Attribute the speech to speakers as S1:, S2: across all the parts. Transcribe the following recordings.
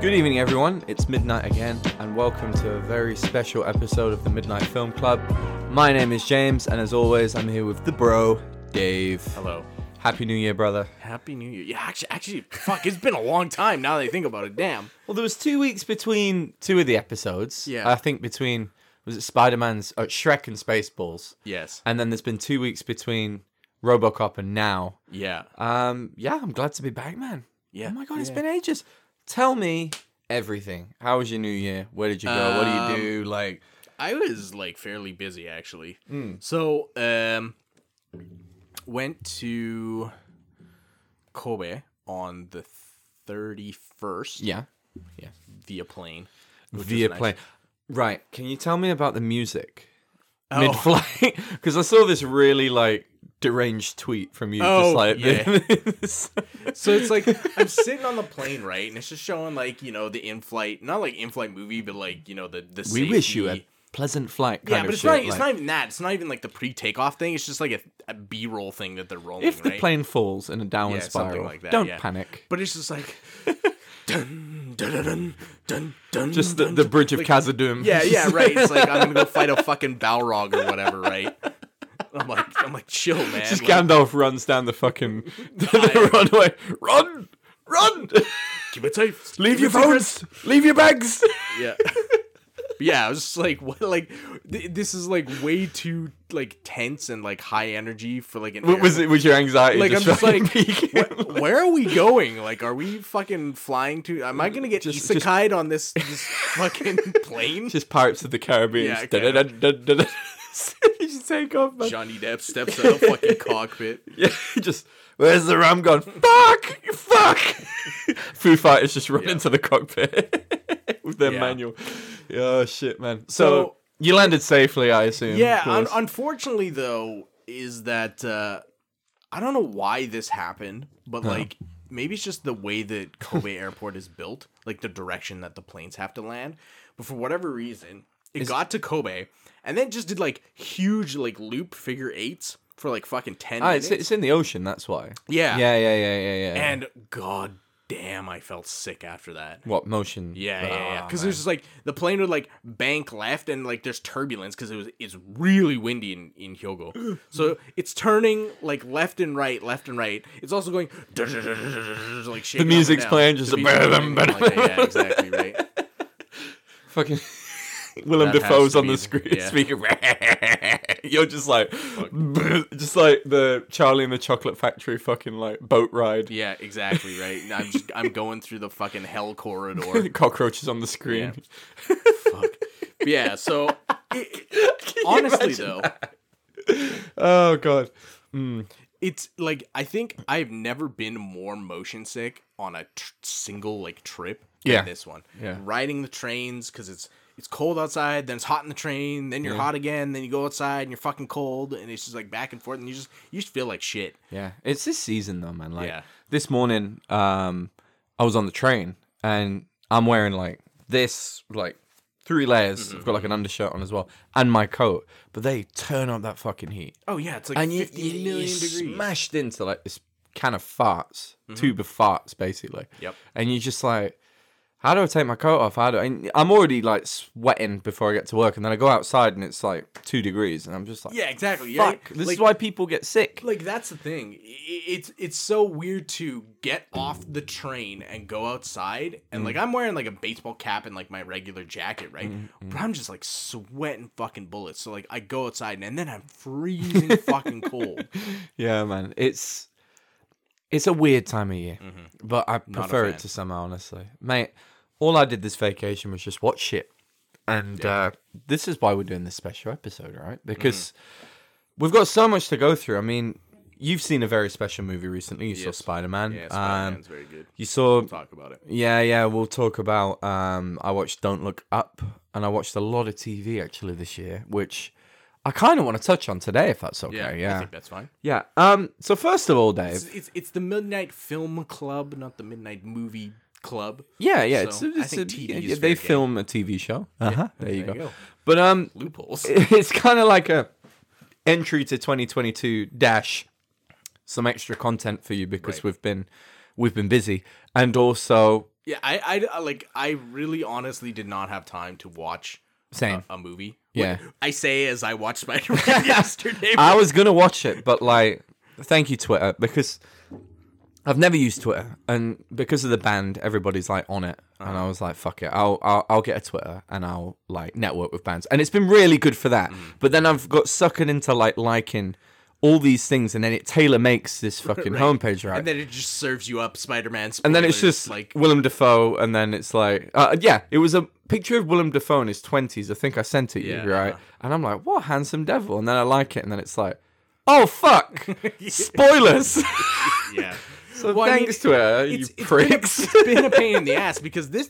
S1: Good evening, everyone. It's midnight again, and welcome to a very special episode of the Midnight Film Club. My name is James, and as always, I'm here with the bro, Dave.
S2: Hello.
S1: Happy New Year, brother.
S2: Happy New Year. Yeah, actually, actually, fuck, it's been a long time now that I think about it. Damn.
S1: Well, there was two weeks between two of the episodes.
S2: Yeah.
S1: I think between was it Spider Man's uh, Shrek and Spaceballs,
S2: Yes.
S1: and then there's been two weeks between RoboCop and now.
S2: Yeah.
S1: Um, yeah, I'm glad to be back, man.
S2: Yeah.
S1: Oh my god, it's
S2: Yeah.
S1: been ages. Tell me everything. How was your New Year? Where did you go? what do you do? Like,
S2: I was like fairly busy actually.
S1: Hmm.
S2: So, um, went to Kobe on the thirty first
S1: yeah.
S2: via plane.
S1: via
S2: nice.
S1: plane. Right. Can you tell me about the music
S2: Oh.
S1: mid flight? Because I saw this really like deranged tweet from you.
S2: Oh,
S1: just like this.
S2: So it's like I'm sitting on the plane, right, and it's just showing like you know the in-flight, not like in-flight movie, but like you know the the.
S1: we wish you a
S2: safety-
S1: pleasant flight. Kind
S2: Yeah,
S1: of
S2: but it's
S1: shit,
S2: not. It's
S1: like-
S2: not even that. It's not even like the pre-takeoff thing. It's just like a, a B-roll thing that they're rolling.
S1: If the
S2: right?
S1: plane falls in a downward
S2: Yeah, something
S1: spiral,
S2: like that,
S1: don't
S2: yeah. Mm,
S1: panic.
S2: But it's just like dun dun dun dun dun dun.
S1: Just the,
S2: dun,
S1: the
S2: dun.
S1: bridge of
S2: Like,
S1: Khazad-dûm.
S2: Yeah, yeah, right. It's like I'm gonna go fight a fucking Balrog or whatever, right? I'm like, I'm like, chill, man.
S1: Just
S2: like,
S1: Gandalf runs down the fucking the
S2: Aye.
S1: runway. Run, run!
S2: keep it safe.
S1: Leave
S2: keep
S1: your
S2: it safe."
S1: phones. Leave your bags.
S2: Yeah. But yeah, I was just like, what? Like, th- this is like way too like tense and like high energy for like an.
S1: What was
S2: air-
S1: it? Was your anxiety?
S2: Like I'm just
S1: fucking
S2: like,
S1: peaking?
S2: wh- where are we going? Like, are we fucking flying to? Am I gonna get
S1: Just- just-
S2: isekai'd on this, this fucking plane?
S1: just Pirates of the Caribbean.
S2: Yeah,
S1: Just
S2: okay.
S1: da-da-da-da-da-da. you should take off, man.
S2: Johnny Depp steps out of fucking cockpit.
S1: Yeah, just where's the ram gone? Fuck, fuck. Foo Fighters just run
S2: Yeah.
S1: into the cockpit with their
S2: Yeah.
S1: manual. Oh shit, man. So,
S2: So-
S1: you landed safely, I assume.
S2: Yeah,
S1: of
S2: un-
S1: course.
S2: unfortunately though, is that uh, I don't know why this happened, but like maybe it's just the way that Kobe Airport is built, like the direction that the planes have to land. But for whatever reason, it got to Kobe and then just did like huge like loop figure eights for like fucking ten
S1: Ah, it's,
S2: minutes.
S1: it's in the ocean. That's why.
S2: Yeah.
S1: Yeah, yeah, yeah, yeah, yeah.
S2: and god damn, I felt sick after that.
S1: what motion?
S2: Yeah, yeah, yeah.
S1: Ah,
S2: Because there's just like the plane would like bank left and like there's turbulence because it was it's really windy in in Hyogo, so it's turning like left and right, left and right. It's also going like shaking up and
S1: music's
S2: down.
S1: playing, just
S2: The
S1: a
S2: music's
S1: bam,
S2: playing,
S1: bam,
S2: like, yeah, exactly right.
S1: fucking Willem
S2: That has
S1: Dafoe's
S2: to
S1: on
S2: be
S1: the
S2: the-
S1: screen
S2: yeah.
S1: speaking. You're just like, just like the Charlie and the Chocolate Factory fucking like boat ride.
S2: Yeah, exactly right. And I'm just, I'm going through the fucking hell corridor.
S1: Cockroaches on the screen.
S2: Fuck. But yeah. So it, it- honestly
S1: imagine
S2: though.
S1: Oh god.
S2: it's like I think I've never been more motion sick on a tr- single like trip than
S1: Yeah.
S2: this one.
S1: Yeah.
S2: Riding the trains because it's it's cold outside, then it's hot in the train, then you're hot again, then you go outside and you're fucking cold, and it's just like back and forth, and you just you just feel like shit.
S1: Yeah, it's this season though, man. Like
S2: Yeah.
S1: this morning, um, I was on the train and I'm wearing like this, like three layers. I've got like an undershirt on as well and my coat, but they turn up that fucking heat.
S2: Oh yeah, it's like
S1: and you,
S2: fifty million degrees. Mm-hmm.
S1: smashed into like this can of farts, tube of farts, basically.
S2: Yep.
S1: And you just like, how do I take my coat off? How do I? I'm already like sweating before I get to work, and then I go outside and it's like two degrees, and I'm just like,
S2: yeah, exactly. Yeah,
S1: fuck. This
S2: like,
S1: is why people get sick.
S2: like that's the thing. I- i- It's it's so weird to get off the train and go outside, and like I'm wearing like a baseball cap and like my regular jacket, right? But I'm just like sweating fucking bullets. So like I go outside and then I'm freezing fucking cold.
S1: Yeah, man. It's it's a weird time of year, but I prefer it
S2: Mm-hmm. fan.
S1: to summer, honestly, mate. All I did this vacation was just watch shit, and uh, this is why we're doing this special episode, right?
S2: Mm-hmm.
S1: Because we've got so much to go through. I mean, you've seen a very special movie recently. You saw Spider Man.
S2: Yeah, Spider-Man's very good.
S1: you saw
S2: Talk about it.
S1: yeah, yeah, we'll talk about. Um, I watched Don't Look Up, and I watched a lot of TV actually this year, which I kind of want to touch on today, if that's okay.
S2: Yeah,
S1: Yeah,
S2: I think that's fine.
S1: yeah. Um. So first of all, Dave.
S2: It's, it's it's the midnight film club, not the midnight movie club.
S1: Yeah, yeah.
S2: So, I
S1: it's, it's
S2: think
S1: a,
S2: TV
S1: yeah,
S2: is
S1: yeah,
S2: fair
S1: they
S2: game.
S1: film a TV show. Uh huh. there you,
S2: there
S1: go.
S2: you go.
S1: But um,
S2: Loopholes.
S1: it's kind of like a entry to 2022 dash some extra content for you because
S2: Right.
S1: we've been we've been busy and also
S2: Yeah, I, I- I like I really honestly did not have time to watch
S1: Same.
S2: a movie.
S1: Yeah.
S2: What- I say as I watched Spider Man yesterday.
S1: I was gonna watch it, but like, thank you Twitter because I've never used Twitter, and because of the band, everybody's like on it, and I was like, fuck it, I'll, I'll I'll get a Twitter and I'll like network with bands, and it's been really good for that. But then I've got suckered into like liking all these things, and then it tailor makes this fucking homepage right.
S2: and then it just serves you up Spider Man.
S1: and then it's just
S2: like
S1: like Willem Dafoe, and then it's like, uh, yeah, it was a picture of Willem Dafoe in his twenties. I think I sent it
S2: Yeah.
S1: you, right? And I'm like, what handsome devil? And then I like it, and then it's like, oh fuck, spoilers.
S2: yeah.
S1: so
S2: Well, I mean,
S1: thanks to her, you
S2: it's, it's been a-
S1: pricks.
S2: it's been a pain in the ass because this.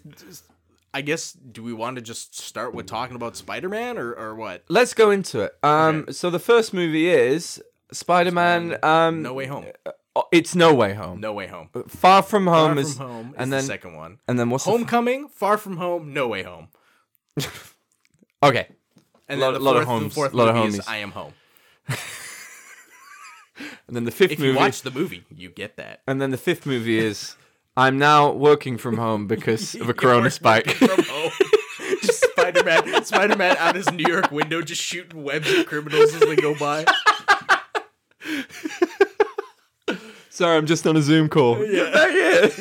S2: I guess do we want to just start with talking about Spider Man or or what?
S1: Let's go into it. Um, so the first movie is Spider-Man. Um, oh,
S2: No Way Home.
S1: it's No Way Home.
S2: No Way Home.
S1: Far from home
S2: Far
S1: uh, um, is,
S2: from Home is
S1: and
S2: the
S1: then
S2: second one.
S1: and then what's the f-
S2: Homecoming, Far From Home, No Way Home.
S1: okay.
S2: And
S1: Lot-
S2: then the
S1: lot of
S2: fourth,
S1: homes,
S2: The fourth
S1: lot of
S2: movie is
S1: homies.
S2: I Am Home.
S1: And then the fifth
S2: If
S1: movie.
S2: you watch the movie, you get that.
S1: And then the fifth movie is I'm now working from home because of a corona spike.
S2: From home. just Spider Man, Spider Man out his New York window, just shooting webs at criminals as they go by.
S1: Sorry, I'm just on a Zoom call.
S2: Yeah.
S1: Back here.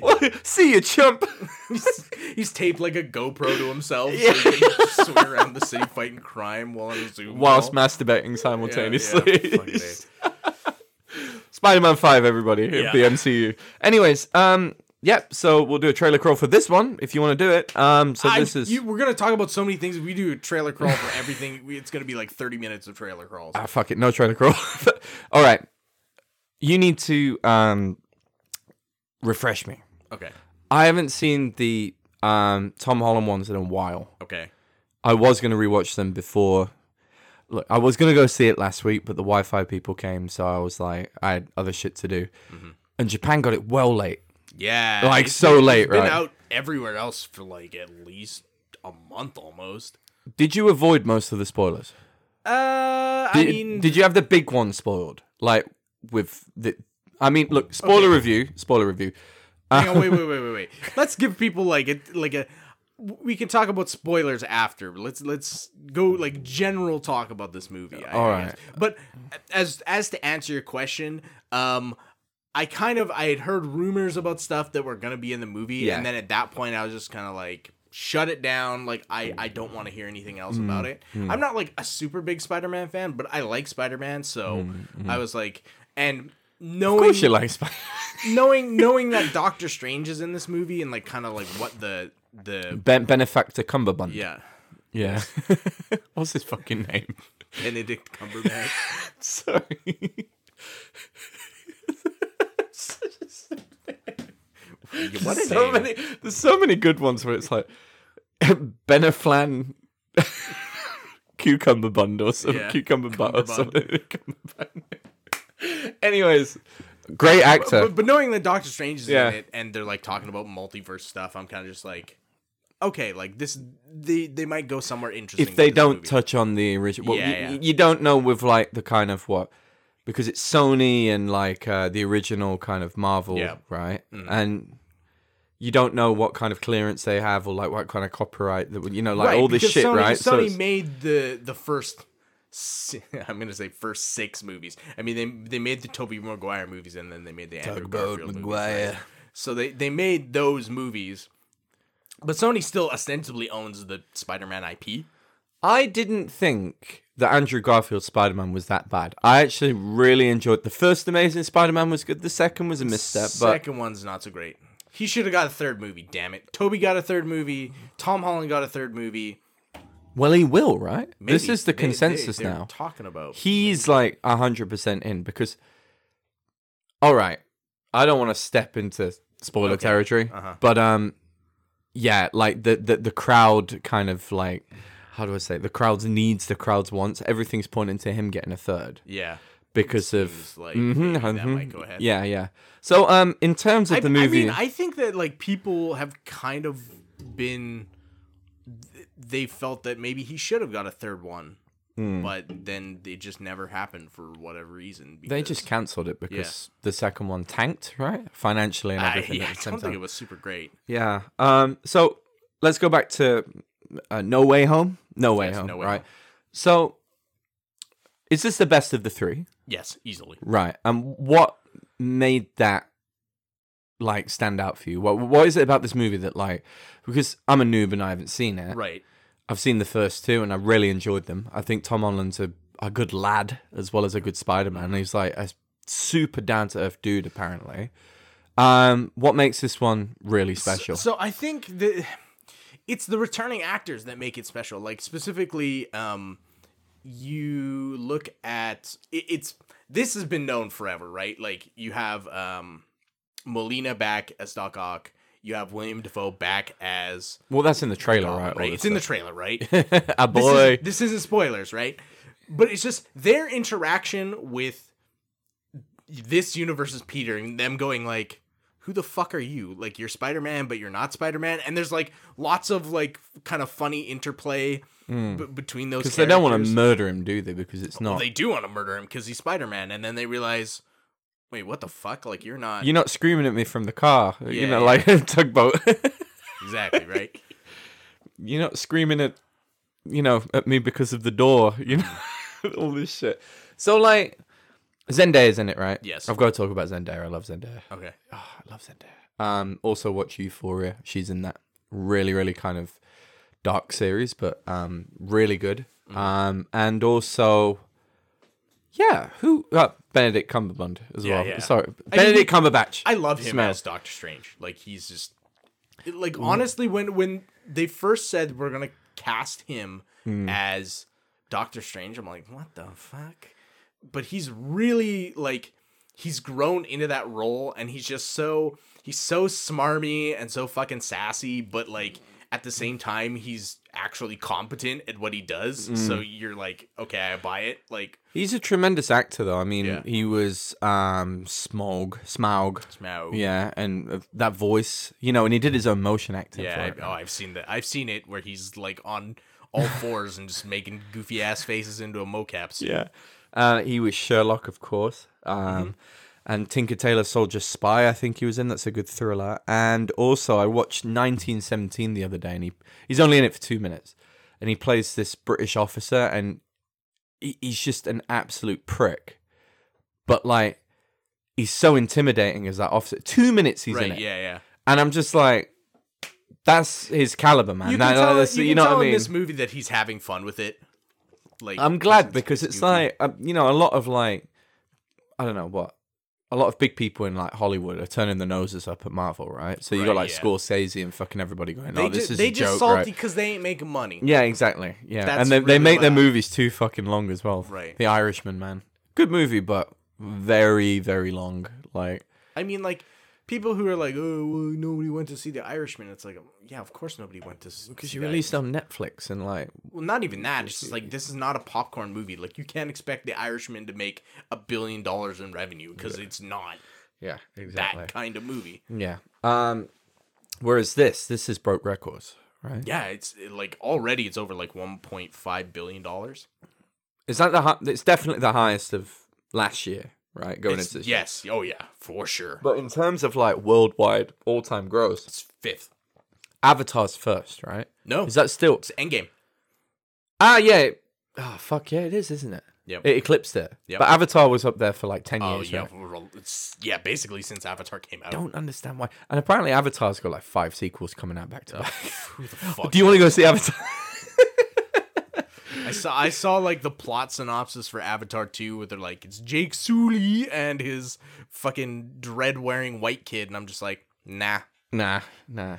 S1: What? See you, chump.
S2: He's, he's taped like a GoPro to himself, so he can just swing around the city fighting crime while on a Zoom.
S1: Whilst
S2: call.
S1: masturbating
S2: Yeah,
S1: simultaneously.
S2: yeah, fucking A.
S1: Spider-Man Five, everybody at
S2: Yeah.
S1: the MCU. Anyways, um, yep. So we'll do a trailer crawl for this one if you want to do it. Um, so
S2: I-
S1: this is
S2: you- we're gonna talk about so many things. If we do a trailer crawl for everything, we- it's gonna be like thirty minutes of trailer crawls.
S1: ah, fuck it, no trailer crawl. All right, you need to um refresh me.
S2: Okay,
S1: I haven't seen the um, Tom Holland ones in a while.
S2: okay.
S1: I was going to rewatch them before. Look, I was going to go see it last week, but the Wi Fi people came, so I was like, I had other shit to do.
S2: Mm-hmm.
S1: And Japan got it well late.
S2: Yeah,
S1: Like,
S2: it's
S1: so
S2: been-
S1: late,
S2: it's been
S1: right?
S2: out everywhere else for like at least a month almost.
S1: Did you avoid most of the spoilers?
S2: Uh, I
S1: Did,
S2: mean,
S1: did you have the big one spoiled? Like, with the. I mean, look, spoiler review, spoiler review.
S2: hang on, wait, wait, wait, wait, wait. Let's give people like a like a. We can talk about spoilers after. but Let's let's go like general talk about this movie. I
S1: All
S2: guess.
S1: right.
S2: But as as to answer your question, um, I kind of I had heard rumors about stuff that were gonna be in the movie,
S1: Yeah.
S2: and then at that point I was just kind of like shut it down. Like I I don't want to hear anything else
S1: Mm-hmm.
S2: about it. I'm not like a super big Spider-Man fan, but I like Spider-Man, so I was like, and knowing
S1: Mm-hmm. Of course you like Spider
S2: knowing knowing that Doctor Strange is in this movie and like kind of like what the the
S1: ben- Benefactor Cumberbund.
S2: yeah
S1: Yeah. What's his fucking name?
S2: Benedict Cumberbatch.
S1: Sorry.
S2: what a
S1: so
S2: name.
S1: many there's so many good ones where it's like Beneflan cucumber bund or some
S2: Yeah,
S1: cucumber butt or
S2: cucumber
S1: something. Anyways, great actor.
S2: But, but knowing that Doctor Strange is
S1: Yeah.
S2: in it and they're like talking about multiverse stuff, I'm kind of just like, okay, like this they they might go somewhere interesting
S1: if they
S2: with this
S1: don't
S2: movie.
S1: touch on the original, well,
S2: Yeah,
S1: you,
S2: yeah.
S1: you don't know with like the kind of what because it's Sony and like uh, the original kind of Marvel,
S2: Yeah. Mm.
S1: right? And you don't know what kind of clearance they have or like what kind of copyright that would- you know, like
S2: Right,
S1: all this
S2: because
S1: shit,
S2: Sony,
S1: right?
S2: Sony
S1: it's-
S2: made the the first. si- I'm gonna say first six movies. I mean, they they made the Tobey Maguire movies and then they made the Andrew Garfield movies. right? So they they made those movies, but Sony still ostensibly owns the Spider-Man IP.
S1: I didn't think that Andrew Garfield's Spider Man was that bad. I actually really enjoyed the first Amazing Spider Man was good. The second was a misstep, but
S2: Second one's not so great. He should have got a third movie. Damn it! Toby got a third movie. Tom Holland got a third movie.
S1: well, he will, right? this
S2: Maybe.
S1: is the
S2: They- they-
S1: consensus
S2: they're
S1: now.
S2: Talking about
S1: he's like 100% in because all right i don't want to step into spoiler territory
S2: Uh-huh.
S1: but um yeah like the, the the crowd kind of like how do i say the crowd's needs the crowd's wants everything's pointing to him getting a third
S2: yeah,
S1: because of
S2: it's like
S1: Mhm,
S2: maybe that
S1: mhm.
S2: might go ahead.
S1: yeah yeah so um in terms of
S2: I,
S1: the
S2: I
S1: movie
S2: mean, I think that like people have kind of been. th- They felt that maybe he should have got a third one
S1: Hmm.
S2: but then it just never happened for whatever reason.
S1: They
S2: because-
S1: just cancelled it because the second one tanked, right? Financially and
S2: I,
S1: everything.
S2: yeah,
S1: at the
S2: I
S1: same
S2: don't think
S1: time.
S2: it was super great.
S1: Yeah. Um. So let's go back to uh, No Way Home. No Way
S2: Yes,
S1: Home.
S2: No Way
S1: right.
S2: Home.
S1: So is this the best of the three?
S2: Yes, easily.
S1: Right. And what made that like stand out for you? What What is it about this movie that like? Because I'm a noob and I haven't seen it.
S2: Right.
S1: I've seen the first two and I really enjoyed them. I think Tom Holland's a, a good lad as well as a good Spider Man. He's like a super down to earth dude, apparently. Um, what makes this one really special?
S2: So I think the it's the returning actors that make it special. Like specifically, um, you look at it, it's this has been known forever, right? Like you have um, Molina back as Doc Ock. You have William Defoe back as
S1: well, that's in the trailer, right?
S2: right.
S1: All
S2: It's
S1: this
S2: in the trailer, right?
S1: stuff. a
S2: This
S1: boy.
S2: Isn't, this isn't spoilers, right? But it's just their interaction with this universe's Peter and them going like, "Who the fuck are you? Like you're Spider Man, but you're not Spider Man." And there's like lots of like kind of funny interplay b- between those.
S1: Because Hmm. they don't want to
S2: characters.
S1: murder him, do they? Because it's not.
S2: They do want to murder him because he's Spider Man, and then they realize, "Wait, what the fuck? Like you're not
S1: You're not screaming at me from the car, you
S2: Yeah,
S1: know,
S2: yeah.
S1: like a tugboat.
S2: exactly right."
S1: You're not screaming at, you know, at me because of the door, you know, all this shit. So, like, Zendaya's in it, right?
S2: Yes.
S1: I've got to talk about Zendaya. I love Zendaya.
S2: okay.
S1: Oh, I love Zendaya. Um, also watch Euphoria. She's in that really, really kind of dark series, but um, really good.
S2: Mm-hmm.
S1: Um, and also, yeah, who uh, Benedict Cumberbatch as well.
S2: yeah.
S1: Sorry, Benedict Cumberbatch.
S2: I love him
S1: Smell.
S2: as Doctor Strange. Like he's just like honestly when when they first said we're going to cast him as Doctor Strange, I'm like, "What the fuck?" But he's really like he's grown into that role and he's just so he's so smarmy and so fucking sassy, but like at the same time he's actually competent at what he does. So you're like, "Okay, I buy it." Like
S1: He's a tremendous actor, though. I mean,
S2: Yeah.
S1: he was um, Smaug, Smaug.
S2: now
S1: Yeah, and uh, that voice, you know, and he did his own motion acting.
S2: Yeah,
S1: for
S2: I,
S1: it.
S2: oh, I've seen that. I've seen it where he's like on all fours and just making goofy ass faces into a mocap suit.
S1: Yeah. Uh, he was Sherlock, of course. Um,
S2: Mm-hmm.
S1: And Tinker Tailor Soldier Spy, I think he was in. That's a good thriller. And also, I watched 1917 the other day, and he he's only in it for two minutes. And he plays this British officer, and he, he's just an absolute prick. But, like, he's so intimidating as that officer. Two minutes he's in
S2: Right?
S1: it.
S2: Yeah, yeah.
S1: And I'm just like, that's his caliber, man.
S2: You
S1: That-
S2: can tell,
S1: that's-
S2: you
S1: you
S2: can
S1: know
S2: tell
S1: what I
S2: in
S1: mean?
S2: this movie that he's having fun with it. Like
S1: I'm glad because it's like um, you know a lot of like I don't know what a lot of big people in like Hollywood are turning their noses up at Marvel, right? So you got
S2: Right,
S1: like
S2: yeah.
S1: Scorsese and fucking everybody going,
S2: they
S1: "Oh, this
S2: just,
S1: is
S2: they
S1: a
S2: just
S1: joke,
S2: salty
S1: right?"
S2: because they ain't making money.
S1: Yeah, exactly. Yeah,
S2: That's
S1: and they they
S2: really
S1: make their
S2: loud.
S1: movies too fucking long as well.
S2: Right.
S1: The Irishman, man, good movie, but very very long. Like,
S2: I mean, like people who are like, oh, well, nobody went to see The Irishman. It's like, yeah, of course nobody went to see.
S1: because
S2: see
S1: you
S2: The
S1: released on Netflix and like,
S2: Well, not even that. It's just like this is not a popcorn movie. Like you can't expect The Irishman to make a billion dollars in revenue because it's not
S1: yeah,
S2: that
S1: exactly.
S2: kind of movie.
S1: Yeah. Um, whereas this this is broke records, right?
S2: Yeah, it's it, like already it's over like 1.5 billion dollars.
S1: Is that the? Hi- it's definitely the highest of last year, right? Going
S2: It's-
S1: into this year.
S2: Yes, oh yeah, for sure.
S1: But in terms of like worldwide all-time gross,
S2: it's fifth.
S1: Avatar's first, right?
S2: No,
S1: Is that still?
S2: it's Endgame.
S1: Ah, yeah. Oh fuck yeah, it is, isn't it?
S2: Yep.
S1: It eclipsed it.
S2: Yep.
S1: But Avatar was up there for like ten
S2: Oh
S1: years.
S2: yeah,
S1: right?
S2: well, it's yeah. Basically, since Avatar came out,
S1: Don't understand why. And apparently, Avatar's got like five sequels coming out back to back.
S2: who the fuck?
S1: Do you want to go see Avatar?
S2: I saw I saw like the plot synopsis for Avatar 2 where they're like it's Jake Sully and his fucking dread wearing white kid, and I'm just like, nah.
S1: Nah, nah.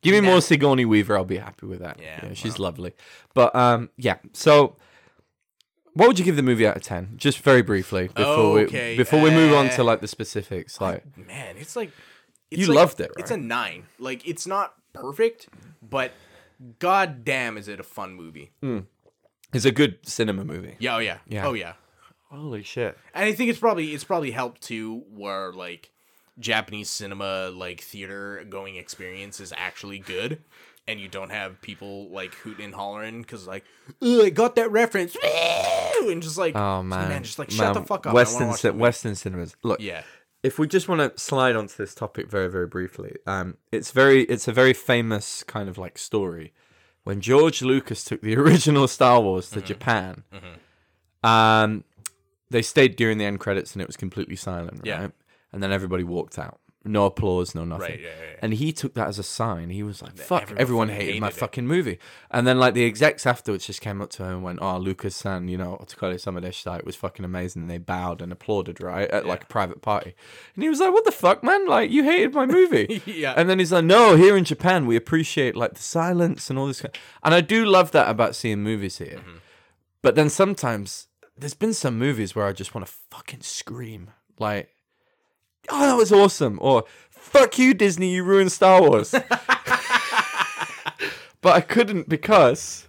S1: Give me more Sigourney Weaver. I'll be happy with that.
S2: Yeah,
S1: she's lovely. But um, yeah. So, what would you give the movie out of ten? Just very briefly before
S2: Okay,
S1: we before we move on
S2: uh,
S1: to like the specifics. Like,
S2: man, it's like it's
S1: You
S2: like-
S1: loved it,
S2: It's a nine. Like it's not perfect, but god damn is it a fun movie.
S1: it's a good cinema movie.
S2: Yeah, oh yeah.
S1: Mm. Yeah.
S2: Oh yeah.
S1: Holy shit!
S2: And I think it's probably it's probably helped too where like Japanese cinema like theater going experience is actually good. and you don't have people like hooting and hollering because like "Ugh, I got that reference and just like
S1: Oh
S2: just,
S1: man,
S2: just like shut the
S1: Man,
S2: fuck up I wanna
S1: Western,
S2: watch
S1: ci-
S2: the movie.
S1: Western cinemas. Look,
S2: yeah
S1: if we just want to slide onto this topic very very briefly um it's very it's a very famous kind of like story when george lucas took the original star wars
S2: Mm-hmm.
S1: to japan um they stayed during the end credits and it was completely silent right
S2: Yeah.
S1: and then everybody walked out no applause no nothing
S2: Right, yeah, yeah, yeah.
S1: and he took that as a sign he was like fuck
S2: everyone
S1: everyone,
S2: fucking
S1: hated, my
S2: hated it."
S1: fucking movie and then like the execs afterwards just came up to him and went oh lucas san you know otakole samadeshita it was fucking amazing and they bowed and applauded right at like a private party and he was like what the fuck man like you hated my movie
S2: Yeah.
S1: and then he's like no here in japan we appreciate like the silence and all this kind and i do love that about seeing movies here but then sometimes there's been some movies where i just want to fucking scream like oh that was awesome or fuck you disney you ruined star wars but I couldn't because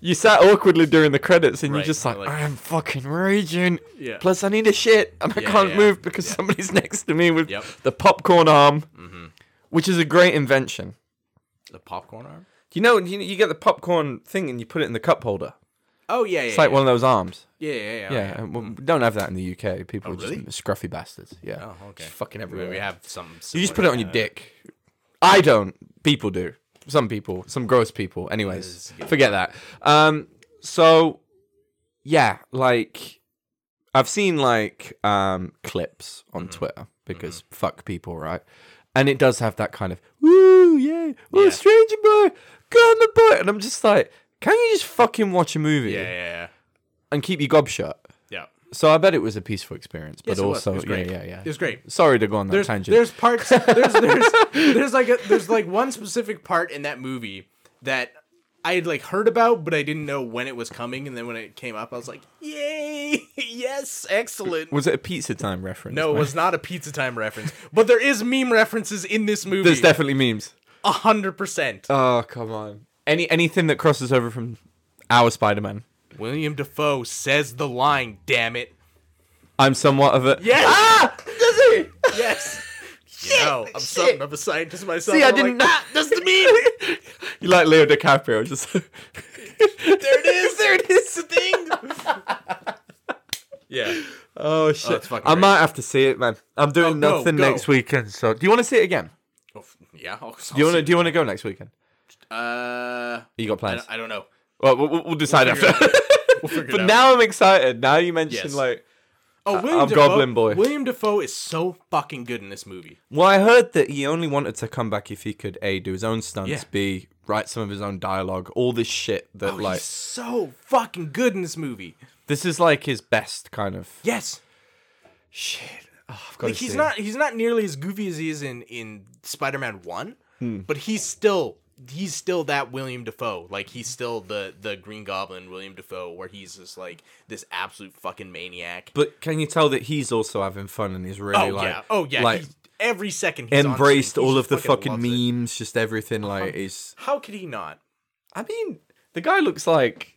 S1: you sat awkwardly during the credits and
S2: Right,
S1: you're just like,
S2: like-
S1: I am fucking raging.
S2: Yeah.
S1: Plus, I need a shit and I
S2: Yeah,
S1: can't
S2: yeah,
S1: move because somebody's next to me with
S2: Yep. Mm-hmm.
S1: the popcorn arm, which is a great invention.
S2: the popcorn arm
S1: You know, you, you get the popcorn thing and you put it in the cup holder.
S2: oh yeah yeah
S1: It's like
S2: yeah.
S1: one of those arms.
S2: yeah yeah yeah, Oh,
S1: Yeah, and we we don't have that in the UK. People are
S2: really?
S1: just scruffy bastards. Yeah,
S2: Oh, okay.
S1: It's fucking
S2: I mean,
S1: everywhere.
S2: we have some
S1: You just put it on your dick. I don't. People do. Some people. Some gross people. Anyways, forget that. Um. So, yeah, like, I've seen like um clips on
S2: Mm-hmm.
S1: Twitter because fuck people, right? And it does have that kind of woo, yeah, oh
S2: Yeah.
S1: stranger boy, gun the boy, and I'm just like, can you just fucking watch a movie
S2: yeah yeah yeah
S1: and keep your gob shut?
S2: yeah
S1: So I bet it was a peaceful experience, but
S2: Yes, it was. It
S1: also
S2: was great.
S1: yeah, yeah, yeah.
S2: it was great
S1: Sorry to go on that
S2: there's
S1: tangent.
S2: there's parts there's there's there's like a, there's like one specific part in that movie that I had like heard about, but I didn't know when it was coming, and then when it came up, I was like, "Yay! yes, excellent."
S1: Was it a pizza time reference?
S2: No, it
S1: mate?
S2: was not a pizza time reference, but there is meme references in this movie.
S1: There's definitely memes.
S2: a hundred percent.
S1: Oh come on. Any anything that crosses over from our Spider-Man.
S2: William Defoe says the line. Damn it!
S1: I'm somewhat of a.
S2: Yes,
S1: Ah, does he?
S2: yes. Shit, I'm something of a scientist myself.
S1: See, I
S2: I'm
S1: didn't.
S2: Like,
S1: know. that's the meme. you like Leo DiCaprio? Just there
S2: it is.
S1: there it is.
S2: the thing. yeah.
S1: Oh shit!
S2: it's fucking
S1: I
S2: great.
S1: might have to see it, man. I'm doing
S2: Oh, go,
S1: nothing
S2: go.
S1: next weekend. So, do you want to see it again?
S2: Oh, f- yeah. I'll,
S1: Do you want to? Do you want to go next weekend?
S2: Uh,
S1: You got
S2: I
S1: plans?
S2: don't, I don't know.
S1: well, we'll, we'll decide
S2: figure
S1: after.
S2: it We'll figure it
S1: but
S2: out.
S1: now I'm excited. Now you mention
S2: Yes.
S1: like
S2: oh, William
S1: I'm
S2: Dafoe-
S1: Goblin Boy.
S2: William Defoe is so fucking good in this movie.
S1: Well, I heard that he only wanted to come back if he could a do his own stunts,
S2: Yeah.
S1: b write some of his own dialogue, all this shit that
S2: Oh,
S1: like
S2: he's so fucking good in this movie.
S1: this is like his best kind of
S2: Yes,
S1: shit. Oh, I've got
S2: like
S1: to
S2: he's
S1: see.
S2: not he's not nearly as goofy as he is in in Spider Man One,
S1: Hmm.
S2: but he's still he's still that William Defoe. Like he's still the the Green Goblin William Defoe, where he's just like this absolute fucking maniac.
S1: But can you tell that he's also having fun and he's really
S2: oh
S1: like
S2: yeah, oh yeah.
S1: like
S2: he's, every second he's on
S1: embraced
S2: screen, he
S1: all of
S2: just
S1: the fucking
S2: loves it.
S1: memes, just everything like is.
S2: How could he not?
S1: I mean, the guy looks like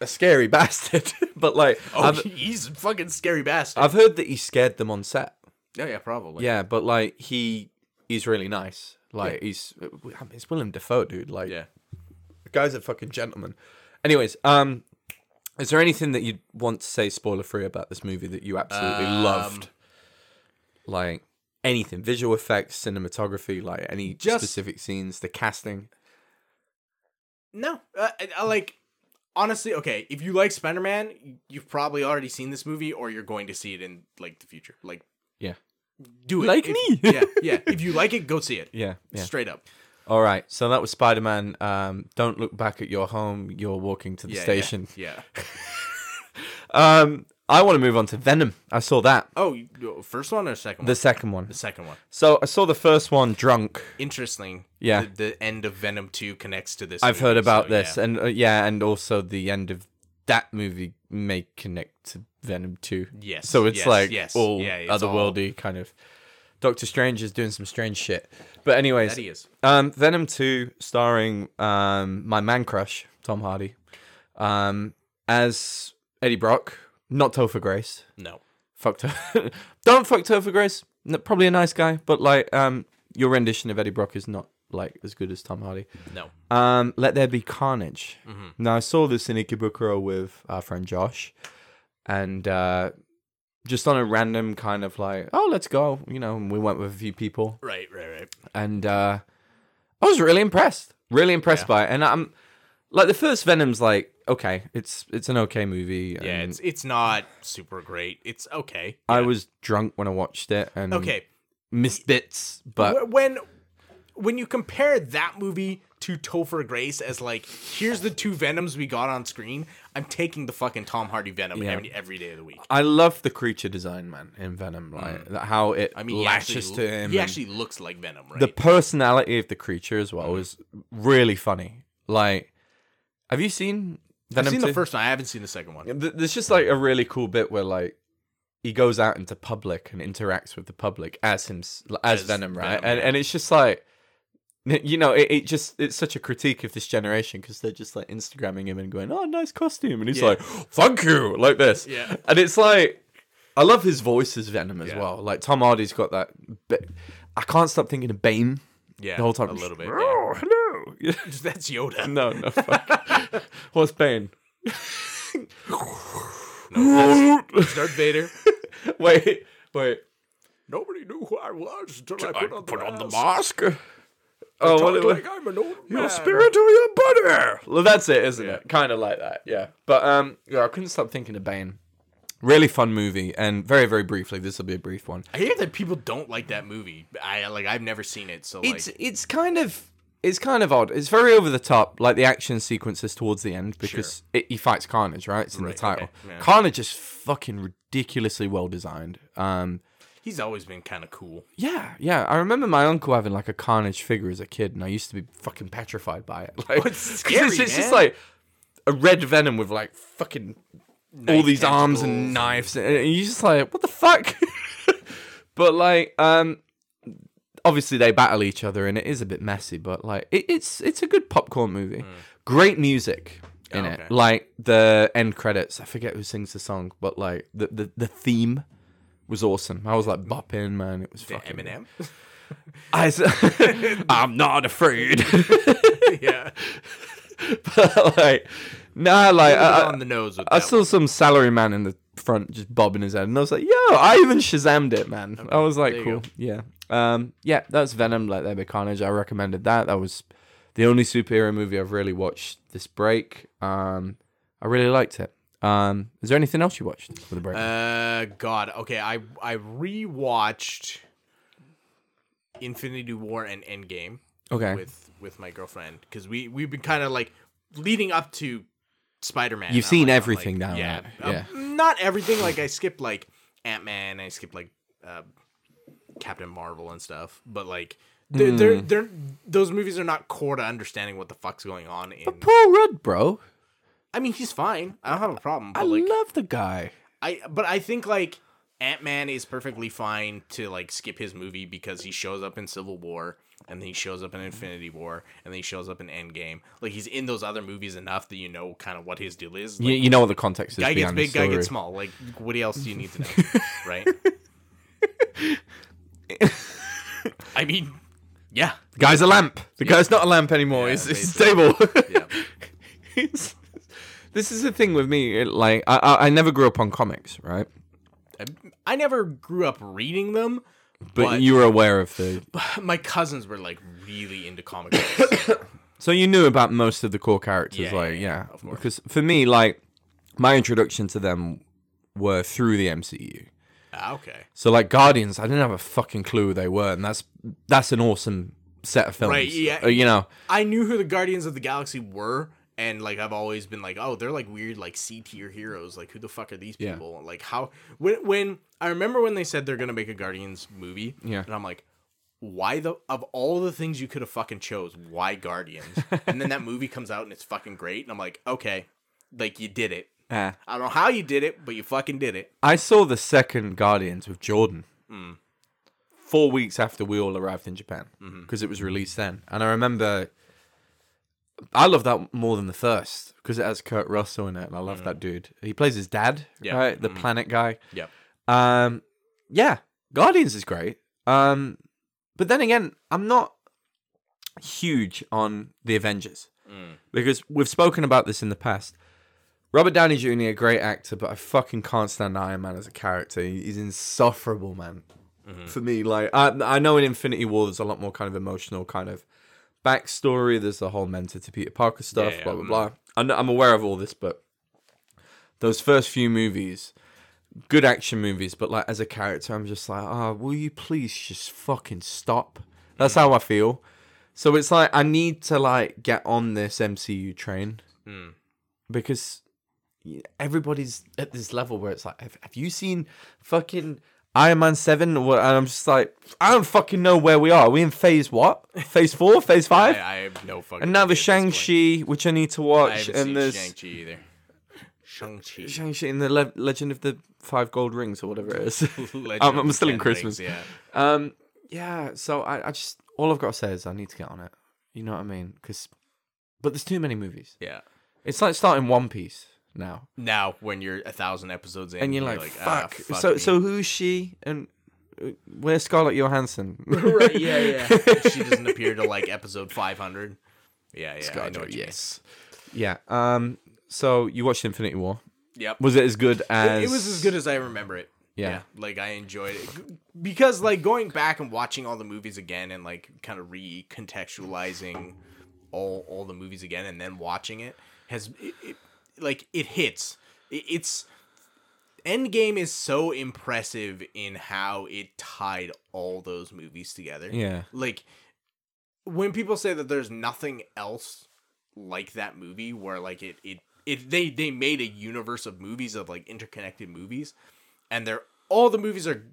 S1: a scary bastard, but like
S2: Oh,
S1: I've,
S2: he's a fucking scary bastard. Oh,
S1: I've heard that he scared them on set.
S2: yeah, yeah, probably.
S1: Yeah, but like he he's really nice. Like he's I mean, it's Willem Dafoe, dude. Like
S2: Yeah.
S1: the guy's a fucking gentleman. Anyways, um is there anything that you'd want to say spoiler free about this movie that you absolutely loved? Like anything, visual effects, cinematography, like any
S2: Just-
S1: specific scenes, the casting.
S2: No, uh, I, I like honestly. Okay, if you like Spider Man, you've probably already seen this movie, or you're going to see it in like the future. Like,
S1: Yeah.
S2: do it
S1: Like
S2: If-
S1: me.
S2: yeah, yeah. If you like it, go see it.
S1: Yeah, yeah.
S2: Straight up.
S1: All right. So that was Spider Man. Um, don't look back at your home. You're walking to the
S2: Yeah, yeah,
S1: station.
S2: Yeah.
S1: Um, I want to move on to Venom. I saw that.
S2: Oh, you- you- first one or second one?
S1: The second one.
S2: The second one.
S1: So I saw the first one drunk.
S2: Interesting.
S1: Yeah.
S2: The, the end of Venom Two connects to this.
S1: I've
S2: movie,
S1: heard about
S2: so,
S1: this,
S2: yeah.
S1: and uh, yeah, and also the end of that movie may connect to Venom Two.
S2: Yes,
S1: so it's
S2: yes,
S1: like
S2: yes.
S1: all
S2: Yeah, it's
S1: otherworldly kind of. Doctor Strange is doing some strange shit, but anyways,
S2: That he is.
S1: Um, Venom Two, starring um my man crush Tom Hardy, um as Eddie Brock, not Topher Grace.
S2: No.
S1: Fuck her. Don't fuck Topher Grace. N- Probably a nice guy, but like um your rendition of Eddie Brock is not like as good as Tom Hardy.
S2: No.
S1: Um, Let There Be Carnage.
S2: Mm-hmm.
S1: Now I saw this in Ikebukuro with our friend Josh, and uh, just on a random kind of like, oh, let's go, you know. And we went with a few people,
S2: Right, right, right.
S1: and uh, I was really impressed, really impressed by it. And I'm like, the first Venom's like, okay, it's it's an okay movie.
S2: Yeah,
S1: and
S2: it's it's not super great. It's okay.
S1: I was drunk when I watched it and
S2: Okay.
S1: missed bits, but
S2: Wh- when when you compare that movie to Topher Grace as like, here's the two Venoms we got on screen, I'm taking the fucking Tom Hardy Venom
S1: Yeah.
S2: every, every day of the week.
S1: I love the creature design, man, in Venom. Like that how it
S2: Mm. I mean, he
S1: lashes
S2: actually,
S1: to him.
S2: He
S1: and
S2: actually looks like Venom, right?
S1: the personality of the creature as well is really funny. Like, have you seen
S2: I've
S1: Venom?
S2: seen the
S1: 2?
S2: first one. I haven't seen the second one.
S1: Th- There's just like a really cool bit where like he goes out into public and interacts with the public as him as,
S2: As
S1: Venom, right?
S2: Venom,
S1: and
S2: yeah.
S1: and it's just like. You know, it, it just it's such a critique of this generation because they're just like Instagramming him and going, "Oh, nice costume," and he's
S2: Yeah.
S1: like, "Thank you," like this.
S2: Yeah.
S1: and it's like I love his voice as Venom as
S2: Yeah.
S1: well. Like Tom Hardy's got that. Bit. I can't stop thinking of Bane
S2: Yeah,
S1: the whole time.
S2: a little bit. yeah.
S1: Oh, hello.
S2: That's Yoda.
S1: no, no. Fuck. What's Bane?
S2: No, that's Darth Vader.
S1: Wait, wait.
S2: Nobody knew who I was until I
S1: I
S2: put on
S1: put
S2: the
S1: on the
S2: mask.
S1: mask. Oh, what,
S2: Talked
S1: what,
S2: like I'm an old
S1: your
S2: man.
S1: spirit or your body? Well, that's it, isn't
S2: Yeah.
S1: it? Kind of like that, yeah. But um, yeah, I couldn't stop thinking of Bane. Really fun movie, and very, very briefly, this will be a brief one.
S2: I hear that people don't like that movie. I like I've never seen it, so like
S1: It's it's kind of it's kind of odd. It's very over the top, like the action sequences towards the end because it, he fights Carnage, right? It's in
S2: Right,
S1: the title.
S2: okay, yeah.
S1: Carnage is fucking ridiculously well designed. Um,
S2: he's always been kind of cool.
S1: Yeah, yeah. I remember my uncle having like a carnage figure as a kid, and I used to be fucking petrified by it. Like,
S2: it's
S1: 'cause
S2: scary,
S1: it's, it's just
S2: man.
S1: like a red venom with like fucking all
S2: Knife
S1: these arms and
S2: tentacles.
S1: knives, and, and you're just like, what the fuck? but like, um, obviously they battle each other, and it is a bit messy, but like, it, it's it's a good popcorn movie. Great music in
S2: Mm. Oh,
S1: it,
S2: okay.
S1: like the end credits. I forget who sings the song, but like the the, the theme. Was awesome. I was like bopping, man. It was fucking
S2: Eminem.
S1: I am not afraid.
S2: yeah,
S1: but like, nah, like I,
S2: on
S1: I,
S2: the nose with
S1: I
S2: that.
S1: saw
S2: one.
S1: some salary man in the front just bobbing his head, and I was like, yo, I even Shazammed it, man. I was like,
S2: there you
S1: cool, yeah, um, yeah. That's Venom, like there be carnage. I recommended that. That was the only superhero movie I've really watched this break. Um, I really liked it. Um, is there anything else you watched for the break?
S2: Uh, God. Okay, I I rewatched Infinity War and Endgame
S1: okay,
S2: with with my girlfriend because we we've been kind of like leading up to Spider Man.
S1: You've seen everything now,
S2: Yeah,
S1: right?
S2: um,
S1: Yeah.
S2: not everything. Like I skipped like Ant Man. I skipped like uh, Captain Marvel and stuff. But like they're, they're
S1: Hmm.
S2: they're those movies are not core to understanding what the fuck's going on. In
S1: Paul Rudd, bro.
S2: I mean, he's fine. I don't have a problem. But
S1: I
S2: like
S1: love the guy.
S2: I but I think like Ant Man is perfectly fine to like skip his movie because he shows up in Civil War and then he shows up in Infinity War and then he shows up in Endgame. Like he's in those other movies enough that you know kind of what his deal is.
S1: You,
S2: Like,
S1: you know what the context is.
S2: guy gets
S1: behind the
S2: big, guy gets
S1: story.
S2: small. Like what else do you need to know, right? I mean, yeah,
S1: The guy's a lamp. The guy's not a lamp anymore.
S2: Yeah,
S1: it's, it's stable.
S2: yeah.
S1: It's- this is the thing with me. it- Like, I, I I never grew up on comics, right?
S2: I, I never grew up reading them.
S1: But
S2: But-
S1: you were aware of the.
S2: My cousins were like really into comic books.
S1: So you knew about most of the core characters,
S2: Yeah,
S1: like
S2: yeah,
S1: yeah,
S2: yeah, of course.
S1: Because for me, like, my introduction to them were through the MCU.
S2: Ah, okay,
S1: So like Guardians, I didn't have a fucking clue who they were, and that's that's an awesome set of films.
S2: Right, yeah.
S1: Uh, you know.
S2: I knew who the Guardians of the Galaxy were, and like I've always been like, oh, they're like weird, like C tier heroes. Like, who the fuck are these
S1: Yeah.
S2: people? Like, how when when I remember when they said they're gonna make a Guardians movie,
S1: Yeah.
S2: and I'm like, why the of all the things you could have fucking chose, why Guardians? and then that movie comes out and it's fucking great, and I'm like, okay, like you did it.
S1: Uh,
S2: I don't know how you did it, but you fucking did it.
S1: I saw the second Guardians with Jordan four weeks after we all arrived in Japan because it was released then. And I remember I love that more than the first because it has Kurt Russell in it, and I love that dude. He plays his dad,
S2: Yeah.
S1: right? The planet guy.
S2: Yep.
S1: Um, yeah, Guardians is great. Um, but then again, I'm not. huge on the Avengers
S2: Mm.
S1: because we've spoken about this in the past. Robert Downey Jr. a great actor, but I fucking can't stand Iron Man as a character. He- He's insufferable, man.
S2: Mm-hmm.
S1: For me, like I, I know in Infinity War there's a lot more kind of emotional kind of backstory. There's the whole mentor to Peter Parker stuff,
S2: yeah,
S1: blah blah
S2: mm.
S1: blah. I know, I'm aware of all this, but those first few movies, good action movies, but like as a character, I'm just like, ah, will you please just fucking stop?
S2: Mm.
S1: That's how I feel. So it's like I need to like get on this MCU train
S2: Mm.
S1: because everybody's at this level where it's like, have, have you seen fucking Iron Man seven? And I'm just like, I don't fucking know where we are. Are we in phase what? Phase four? Phase
S2: I,
S1: five?
S2: I have no fucking.
S1: and now
S2: idea
S1: there's Shang
S2: at this point.
S1: Chi, which I need to
S2: I
S1: watch,
S2: haven't
S1: and
S2: seen
S1: there's
S2: Shang Chi either. Shang Chi.
S1: Shang Chi in the Le- Legend of the Five Gold Rings or whatever it is.
S2: Legend
S1: I'm,
S2: of
S1: I'm
S2: the
S1: still in
S2: Ten
S1: Christmas.
S2: Rings, yeah.
S1: Um, yeah. So I, I just all I've got to say is I need to get on it. You know what I mean? Because, but there's too many movies.
S2: Yeah.
S1: It's like starting One Piece now,
S2: Now, when you're a thousand episodes in,
S1: and you're like,
S2: ah,
S1: fuck. So
S2: me."
S1: so who's she and uh, where's Scarlett Johansson?
S2: right, yeah, yeah. she doesn't appear to like episode 500. Yeah, yeah. I know what you mean.
S1: yes. Yeah. Um. So you watched Infinity War.
S2: Yep.
S1: Was it as good
S2: It-
S1: as?
S2: It was as good as I remember it.
S1: Yeah.
S2: Like I enjoyed it G- because like going back and watching all the movies again and like kind of recontextualizing all all the movies again and then watching it has it, it, like it hits. It, it's Endgame is so impressive in how it tied all those movies together.
S1: Yeah.
S2: Like when people say that there's nothing else like that movie where like it it, it they they made a universe of movies of like interconnected movies and they're all the movies are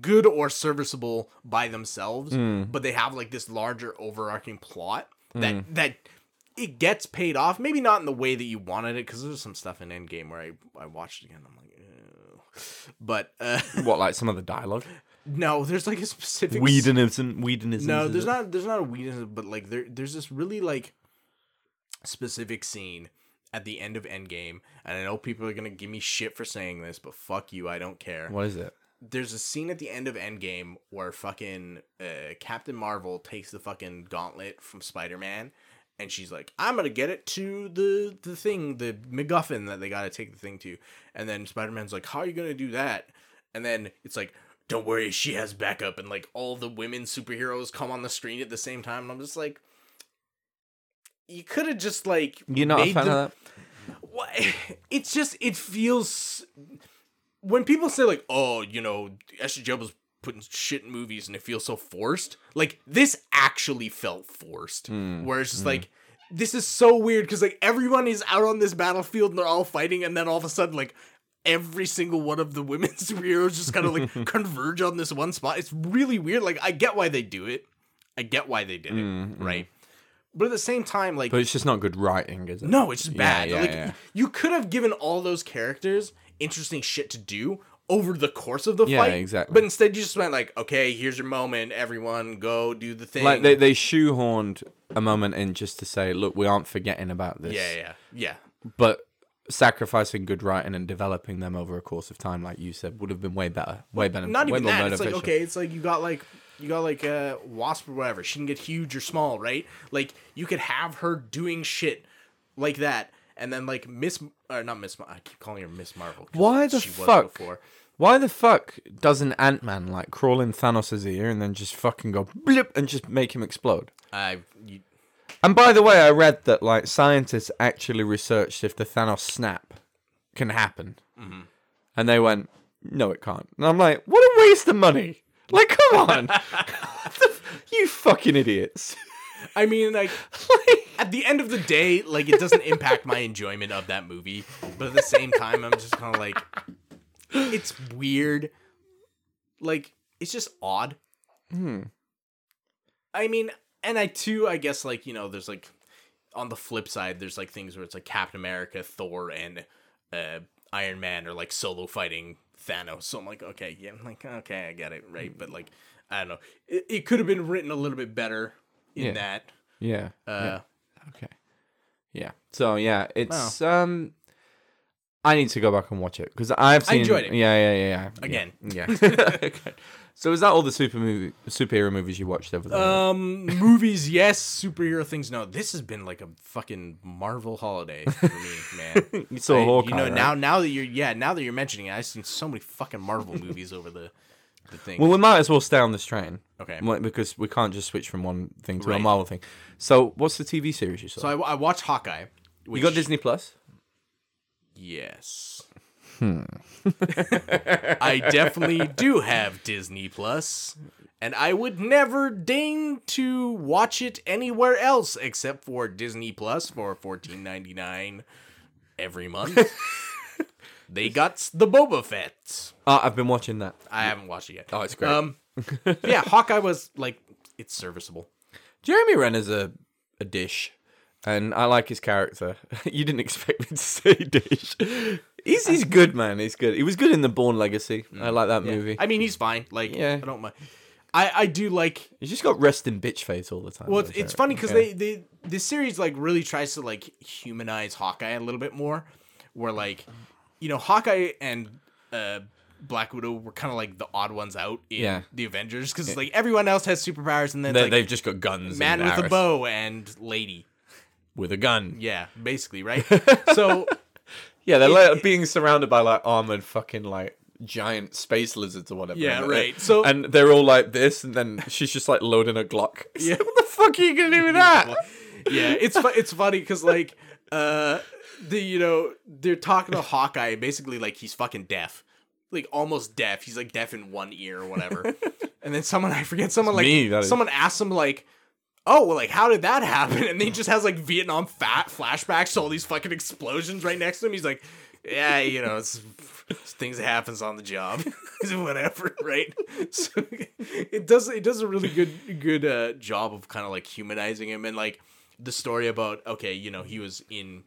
S2: good or serviceable by themselves but they have like this larger overarching plot that that it gets paid off maybe not in the way that you wanted it because there's some stuff in endgame where i i watched it again i'm like Ew. but uh
S1: What like some of the dialogue?
S2: no there's like a specific
S1: Whedonism. Whedonism.
S2: no,
S1: is
S2: there's
S1: it?
S2: not. There's not a weakness, but like there, there's this really like specific scene at the end of Endgame, and I know people are gonna give me shit for saying this, but fuck you, I don't care.
S1: What is it?
S2: There's a scene at the end of Endgame where fucking uh, Captain Marvel takes the fucking gauntlet from Spider Man, and she's like, "I'm gonna get it to the the thing, the MacGuffin that they gotta take the thing to," and then Spider Man's like, "How are you gonna do that?" And then it's like, "Don't worry, she has backup," and like all the women superheroes come on the screen at the same time, and I'm just like. You could have just like
S1: You're not a
S2: made
S1: fan
S2: them-
S1: of that?
S2: what it's just it feels when people say like oh you know Esther Job was putting shit in movies and it feels so forced like this actually felt forced where it's just like this is so weird because like everyone is out on this battlefield and they're all fighting and then all of a sudden like every single one of the women superheroes just kind of like converge on this one spot it's really weird like I get why they do it I get why they did it right but at the same time like
S1: But it's just not good writing, is it?
S2: no, it's just bad.
S1: yeah,
S2: like
S1: yeah.
S2: you could have given all those characters interesting shit to do over the course of the
S1: Yeah,
S2: fight.
S1: exactly.
S2: But instead you just went like, okay, here's your moment, everyone go do the thing.
S1: Like they, they shoehorned a moment in just to say, look, we aren't forgetting about this.
S2: yeah, yeah, yeah.
S1: But sacrificing good writing and developing them over a course of time, like you said, would have been way better. Way better.
S2: Not
S1: way
S2: even
S1: more
S2: that. It's like
S1: beneficial.
S2: okay, it's like you got like you got like a wasp or whatever. She can get huge or small, right? Like you could have her doing shit like that, and then like Miss or not Miss. Mar- I keep calling her Miss Marvel. 'cause
S1: Why the
S2: she was
S1: fuck?
S2: before.
S1: Why the fuck doesn't Ant Man like crawl in Thanos' ear and then just fucking go blip and just make him explode?
S2: I you,
S1: And by the way, I read that like scientists actually researched if the Thanos snap can happen,
S2: Mm-hmm.
S1: and they went, "No, it can't." And I'm like, "What a waste of money! Like, come on, you fucking idiots!"
S2: I mean, like, at the end of the day, like, it doesn't impact my enjoyment of that movie. But at the same time, I'm just kind of like, it's weird. Like, it's just odd. Hmm. I mean, and I too, I guess, like, you know, there's like, on the flip side, there's like things where it's like Captain America, Thor, and uh, Iron Man are like solo fighting Thanos. So I'm like, okay, yeah, I'm like, okay, I get it, right? But like, I don't know. It, it could have been written a little bit better in
S1: Yeah.
S2: that.
S1: Yeah.
S2: Uh,
S1: yeah. Okay. Yeah. So yeah, it's um. I need to go back and watch it because I've seen.
S2: enjoyed it.
S1: Yeah, yeah, yeah. yeah.
S2: Again.
S1: Yeah. Okay. So is that all the super movie, superhero movies you watched over there?
S2: Um, movies, yes. Superhero things, no. This has been like a fucking Marvel holiday for me, man.
S1: you saw
S2: I-
S1: Hawkeye,
S2: you know,
S1: right?
S2: now now that you're yeah, now that you're mentioning it, I've seen so many fucking Marvel movies over the the thing.
S1: Well, we might as well stay on this train.
S2: Okay.
S1: Like, Because we can't just switch from one thing to a
S2: Right.
S1: Marvel thing. So, what's the TV series you saw?
S2: so I, I watched Hawkeye.
S1: you
S2: which-
S1: got Disney Plus?
S2: Yes.
S1: Hmm.
S2: I definitely do have Disney Plus, and I would never deign to watch it anywhere else except for Disney Plus for fourteen ninety nine every month. they got s- the Boba Fett.
S1: Ah, I've been watching that.
S2: I haven't watched it yet.
S1: Oh, it's great.
S2: Um, yeah, Hawkeye was like it's serviceable.
S1: Jeremy Renner's a, a dish, and I like his character. you didn't expect me to say dish. He's, he's good, man. He's good. He was good in The Born Legacy. I like that movie.
S2: I mean, he's fine. Like,
S1: Yeah.
S2: I don't mind. I I do like
S1: He's just got rest in bitch face all the time.
S2: Well,
S1: though,
S2: it's, it's
S1: Jeremy.
S2: funny because
S1: Yeah.
S2: they, they this series like really tries to like humanize Hawkeye a little bit more, where like you know Hawkeye and uh, Black Widow were kind of like the odd ones out in
S1: Yeah.
S2: the Avengers because like everyone else has superpowers and then
S1: They,
S2: it's, like
S1: they've just got guns. and
S2: man with a
S1: arrows.
S2: bow and lady.
S1: With a gun.
S2: Yeah, basically, right? so
S1: Yeah, they're like being surrounded by like armored fucking like giant space lizards or whatever.
S2: Yeah,
S1: and
S2: right.
S1: they-
S2: So-
S1: and they're all like this, and then she's just like loading a Glock. It's like, what the fuck are you gonna do with that?
S2: yeah, it's fu- it's funny because like uh the you know they're talking to Hawkeye and basically like he's fucking deaf, like almost deaf. He's like deaf in one ear or whatever. and then someone I forget someone like
S1: me, that is-
S2: someone asks him like. Oh well, like how did that happen? And he just has like Vietnam fat flashbacks to all these fucking explosions right next to him. He's like, yeah, you know, it's, it's things that happens on the job, whatever, right? So it does it does a really good good uh, job of kind of like humanizing him and like the story about okay, you know, he was in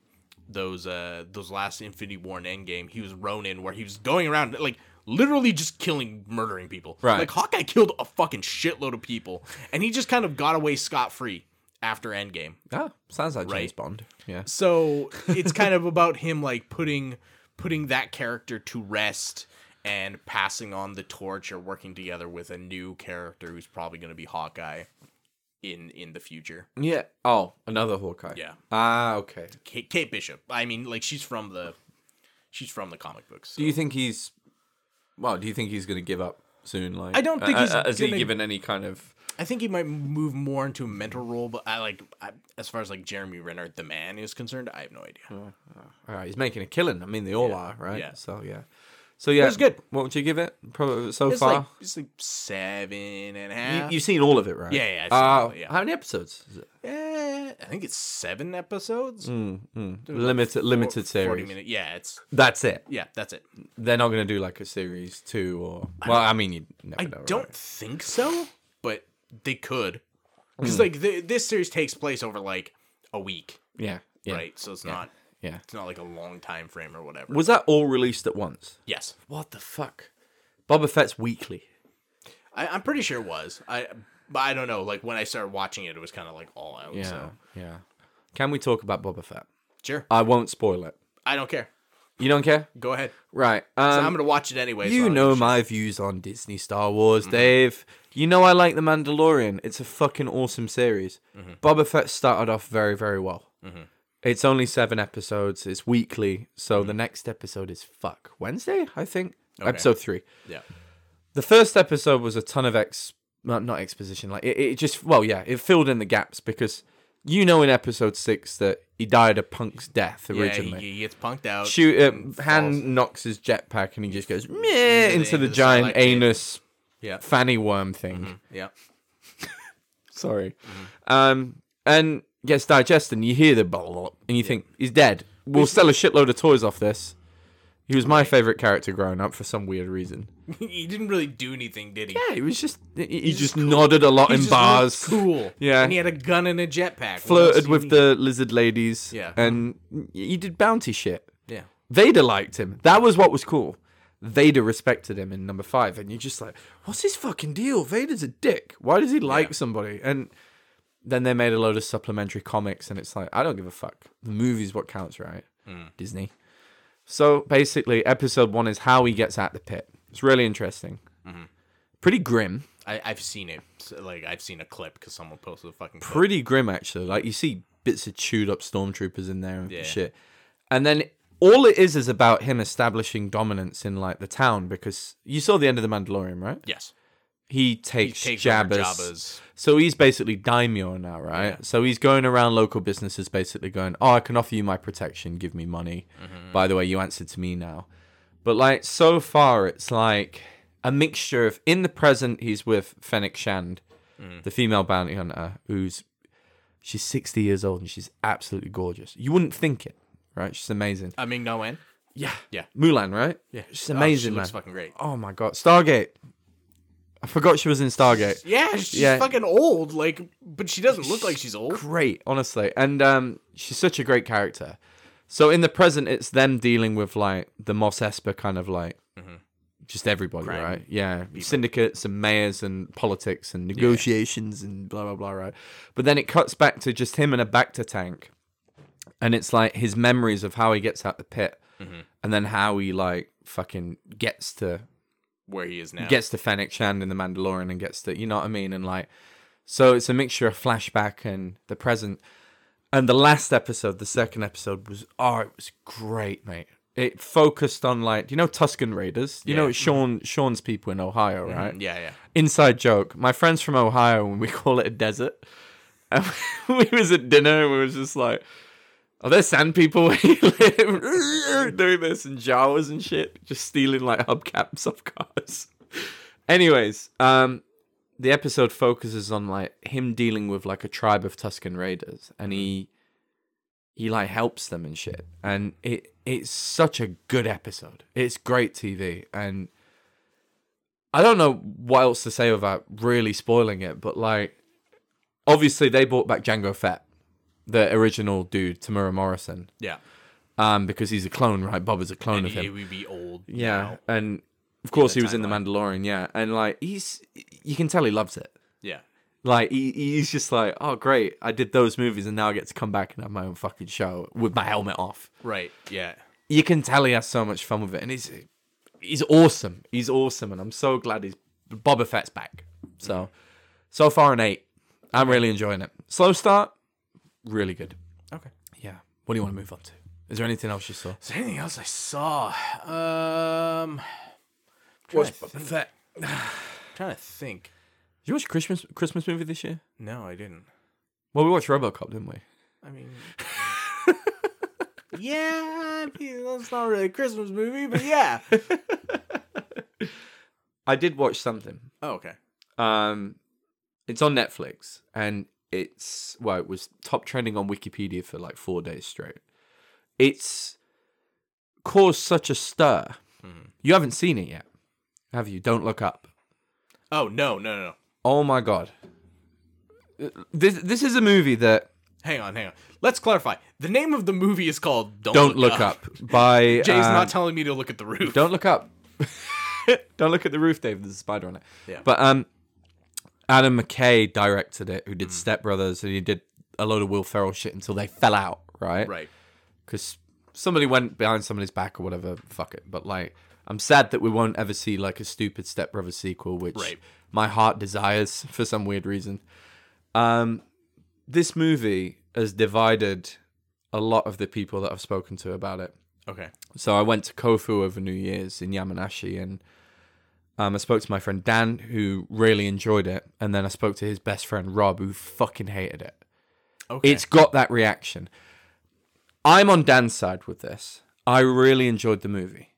S2: those uh those last Infinity War and Endgame. He was Ronin, where he was going around like literally just killing, murdering people.
S1: Right.
S2: Like Hawkeye killed a fucking shitload of people, and he just kind of got away scot free after Endgame
S1: Ah, sounds like James
S2: Right.
S1: Bond. Yeah.
S2: so it's kind of about him like putting putting that character to rest and passing on the torch or working together with a new character who's probably going to be Hawkeye in in the future.
S1: Yeah. Oh, another Hawkeye.
S2: Yeah.
S1: Ah, okay.
S2: Kate, Kate Bishop. I mean, like she's from the she's from the comic books.
S1: Do you think he's? Well, do you think he's gonna give up soon? Like, uh,
S2: I don't think he's
S1: has he
S2: gonna-
S1: given any kind of?
S2: I think he might move more into a mentor role, but I like I, as far as like Jeremy Renner the man is concerned, I have no idea.
S1: Mm-hmm. All right, he's making a killing. I mean, they all are, right?
S2: Yeah.
S1: So yeah. So yeah.
S2: was good.
S1: What would you give it? Probably so
S2: It's
S1: far.
S2: like it's like seven and a half.
S1: You, have seen all of it, right?
S2: Yeah, yeah, I've seen
S1: Ah,
S2: all of it, yeah.
S1: How many episodes? Is it?
S2: Eh, I think it's seven episodes.
S1: Limited, limited Mm, series.
S2: Forty minute. Yeah, it's
S1: That's it.
S2: yeah, that's it.
S1: They're not going to do like a series two or. Well, I mean, you never
S2: I
S1: know.
S2: don't
S1: right?
S2: think so, but they could, because
S1: Mm.
S2: like th- this series takes place over like a week,
S1: Yeah. Yeah.
S2: right? So it's not
S1: Yeah.
S2: it's not like a long time frame or whatever.
S1: Was that all released at once?
S2: yes,
S1: What the fuck? Boba Fett's weekly.
S2: I, I'm pretty sure it was. I but I don't know. Like when I started watching it, it was kind of like all out. So
S1: Yeah. Can we talk about Boba Fett?
S2: sure,
S1: I won't spoil it.
S2: I don't care.
S1: You don't care?
S2: Go ahead.
S1: Right.
S2: So
S1: Um,
S2: I'm gonna watch it anyway. so I Mm-hmm.
S1: you
S2: don't
S1: know
S2: give a shit.
S1: my views on Disney Star Wars, Dave. You know I like The Mandalorian. It's a fucking awesome series.
S2: Mm-hmm.
S1: Boba Fett started off very, very well. It's only seven episodes. It's weekly, so
S2: Mm-hmm.
S1: the next episode is fuck Wednesday, I think. Episode three.
S2: yeah.
S1: The first episode was a ton of ex, well, not exposition. Like it, it just, well, yeah, it filled in the gaps because you know in episode six that he died a punk's death
S2: Yeah,
S1: originally
S2: he, he gets punked out.
S1: shoot uh,
S2: and falls.
S1: Han knocks his jetpack and he just goes meh into the
S2: the
S1: giant
S2: satellite pit.
S1: anus
S2: Yeah.
S1: fanny worm thing.
S2: Yeah.
S1: Sorry. Um and gets digested and you hear the blah, blah, blah, and you think he's dead. We'll sell a shitload of toys off this. He was my favorite character growing up for some weird reason.
S2: he didn't really do anything, did he?
S1: Yeah, he was just he, he just nodded a lot in bars.
S2: Cool.
S1: Yeah.
S2: And he had a gun and a jetpack. What else
S1: Flirted
S2: do you
S1: with
S2: need?
S1: the lizard ladies.
S2: Yeah.
S1: And he did bounty shit.
S2: Yeah.
S1: Vader liked him. That was what was cool. Vader respected him in number five, and you're just like, what's his fucking deal? Vader's a dick. Why does he like somebody? And then they made a load of supplementary comics, and it's like, I don't give a fuck. The movie's what counts, right? Disney. So basically, episode one is how he gets out the pit. It's really interesting. Pretty grim.
S2: I, I've seen it. So, like I've seen a clip because someone posted a fucking. Clip.
S1: Pretty grim, actually. Like, you see bits of chewed up stormtroopers in there and
S2: Yeah.
S1: shit. And then all it is is about him establishing dominance in, like, the town because you saw the end of The Mandalorian, right?
S2: Yes.
S1: He
S2: He
S1: takes,
S2: takes over
S1: Jabba's.
S2: Jabba's.
S1: So he's basically daimyo now, right? So he's going around local businesses, basically going, "Oh, I can offer you my protection. Give me money.
S2: Mm-hmm.
S1: By the way, you answer to me now." But like so far, it's like a mixture of in the present, he's with Fennec Shand,
S2: Mm.
S1: the female bounty hunter, who's she's sixty years old and she's absolutely gorgeous. You wouldn't think it, right? She's amazing.
S2: I mean, no end.
S1: Yeah,
S2: Yeah.
S1: Mulan, right?
S2: Yeah.
S1: she's amazing,
S2: she
S1: man.
S2: Looks fucking great.
S1: oh my god, Stargate. I forgot she was in Stargate.
S2: Yeah, she's
S1: Yeah.
S2: fucking old. Like, but she doesn't look like she's old.
S1: great, honestly. And um, she's such a great character. So in the present, it's them dealing with like the Moss Esper kind of like just everybody,
S2: Crime
S1: right? Yeah, syndicates and mayors and politics and negotiations and blah blah blah, right? But then it cuts back to just him and a Bacta tank, and it's like his memories of how he gets out the pit, and then how he like fucking gets to
S2: Where he is now.
S1: gets to Fennec Shand in The Mandalorian and gets to, you know what I mean? And like, so it's a mixture of flashback and the present. And the last episode, the second episode was, oh, it was great, mate. It focused on like, you know, Tuscan Raiders? You know,
S2: Yeah.
S1: it's Sean, Sean's people in Ohio, right?
S2: Yeah, yeah.
S1: Inside joke. My friend's from Ohio and we call it a desert. And we was at dinner and we was just like, are there sand people where you live? Doing this in Jawas and shit, just stealing like hubcaps off cars. Anyways, um, the episode focuses on like him dealing with like a tribe of Tuscan Raiders, and he he like helps them and shit. And it it's such a good episode. It's great TV, and I don't know what else to say without really spoiling it. But like, obviously they brought back Django Fett, the original dude, Tamura Morrison,
S2: Yeah.
S1: um, because he's a clone, right? Bob is a clone
S2: And
S1: of him.
S2: he would be old.
S1: Yeah,
S2: now.
S1: and of course
S2: the
S1: he was in the Mandalorian. Yeah, and like he's, you can tell he loves it.
S2: Yeah.
S1: Like he, he's just like, oh great, I did those movies, and now I get to come back and have my own fucking show with my helmet off.
S2: Right. Yeah.
S1: You can tell he has so much fun with it, and he's he's awesome. He's awesome, and I'm so glad he's Boba Fett's back. So so far an eight. I'm really enjoying it. Slow start, really good.
S2: Okay.
S1: Yeah. What do you want to move on to? Is there anything else you saw?
S2: Is there anything else I saw? Um,
S1: What's
S2: trying to
S1: Boba Fett?
S2: trying to think.
S1: Did you watch a Christmas Christmas movie this year?
S2: No, I didn't.
S1: Well, we watched RoboCop, didn't we?
S2: I mean, yeah, I mean, that's not really a Christmas movie, but yeah.
S1: I did watch something.
S2: Oh, okay.
S1: Um, it's on Netflix, and it's well, it was top trending on Wikipedia for like four days straight. It's caused such a stir. You haven't seen it yet, have you? Don't look up.
S2: Oh no, no, no, no.
S1: Oh my god. This this is a movie that
S2: Hang on, hang on. Let's clarify. The name of the movie is called Don't,
S1: Don't Look Up by
S2: Jay's
S1: um,
S2: not telling me to look at the roof.
S1: Don't look up. Don't look at the roof, Dave. There's a spider on it.
S2: Yeah.
S1: But um, Adam McKay directed it, who did
S2: Mm.
S1: Step Brothers, and he did a load of Will Ferrell shit until they fell out, right?
S2: Right.
S1: Because somebody went behind somebody's back or whatever. Fuck it. But like, I'm sad that we won't ever see like a stupid Step Brothers sequel, which
S2: Right.
S1: my heart desires for some weird reason. Um, this movie has divided a lot of the people that I've spoken to about it.
S2: Okay.
S1: So I went to Kofu over New Year's in Yamanashi, and um, I spoke to my friend Dan, who really enjoyed it, and then I spoke to his best friend Rob, who fucking hated it.
S2: Okay.
S1: It's got that reaction. I'm on Dan's side with this. I really enjoyed the movie.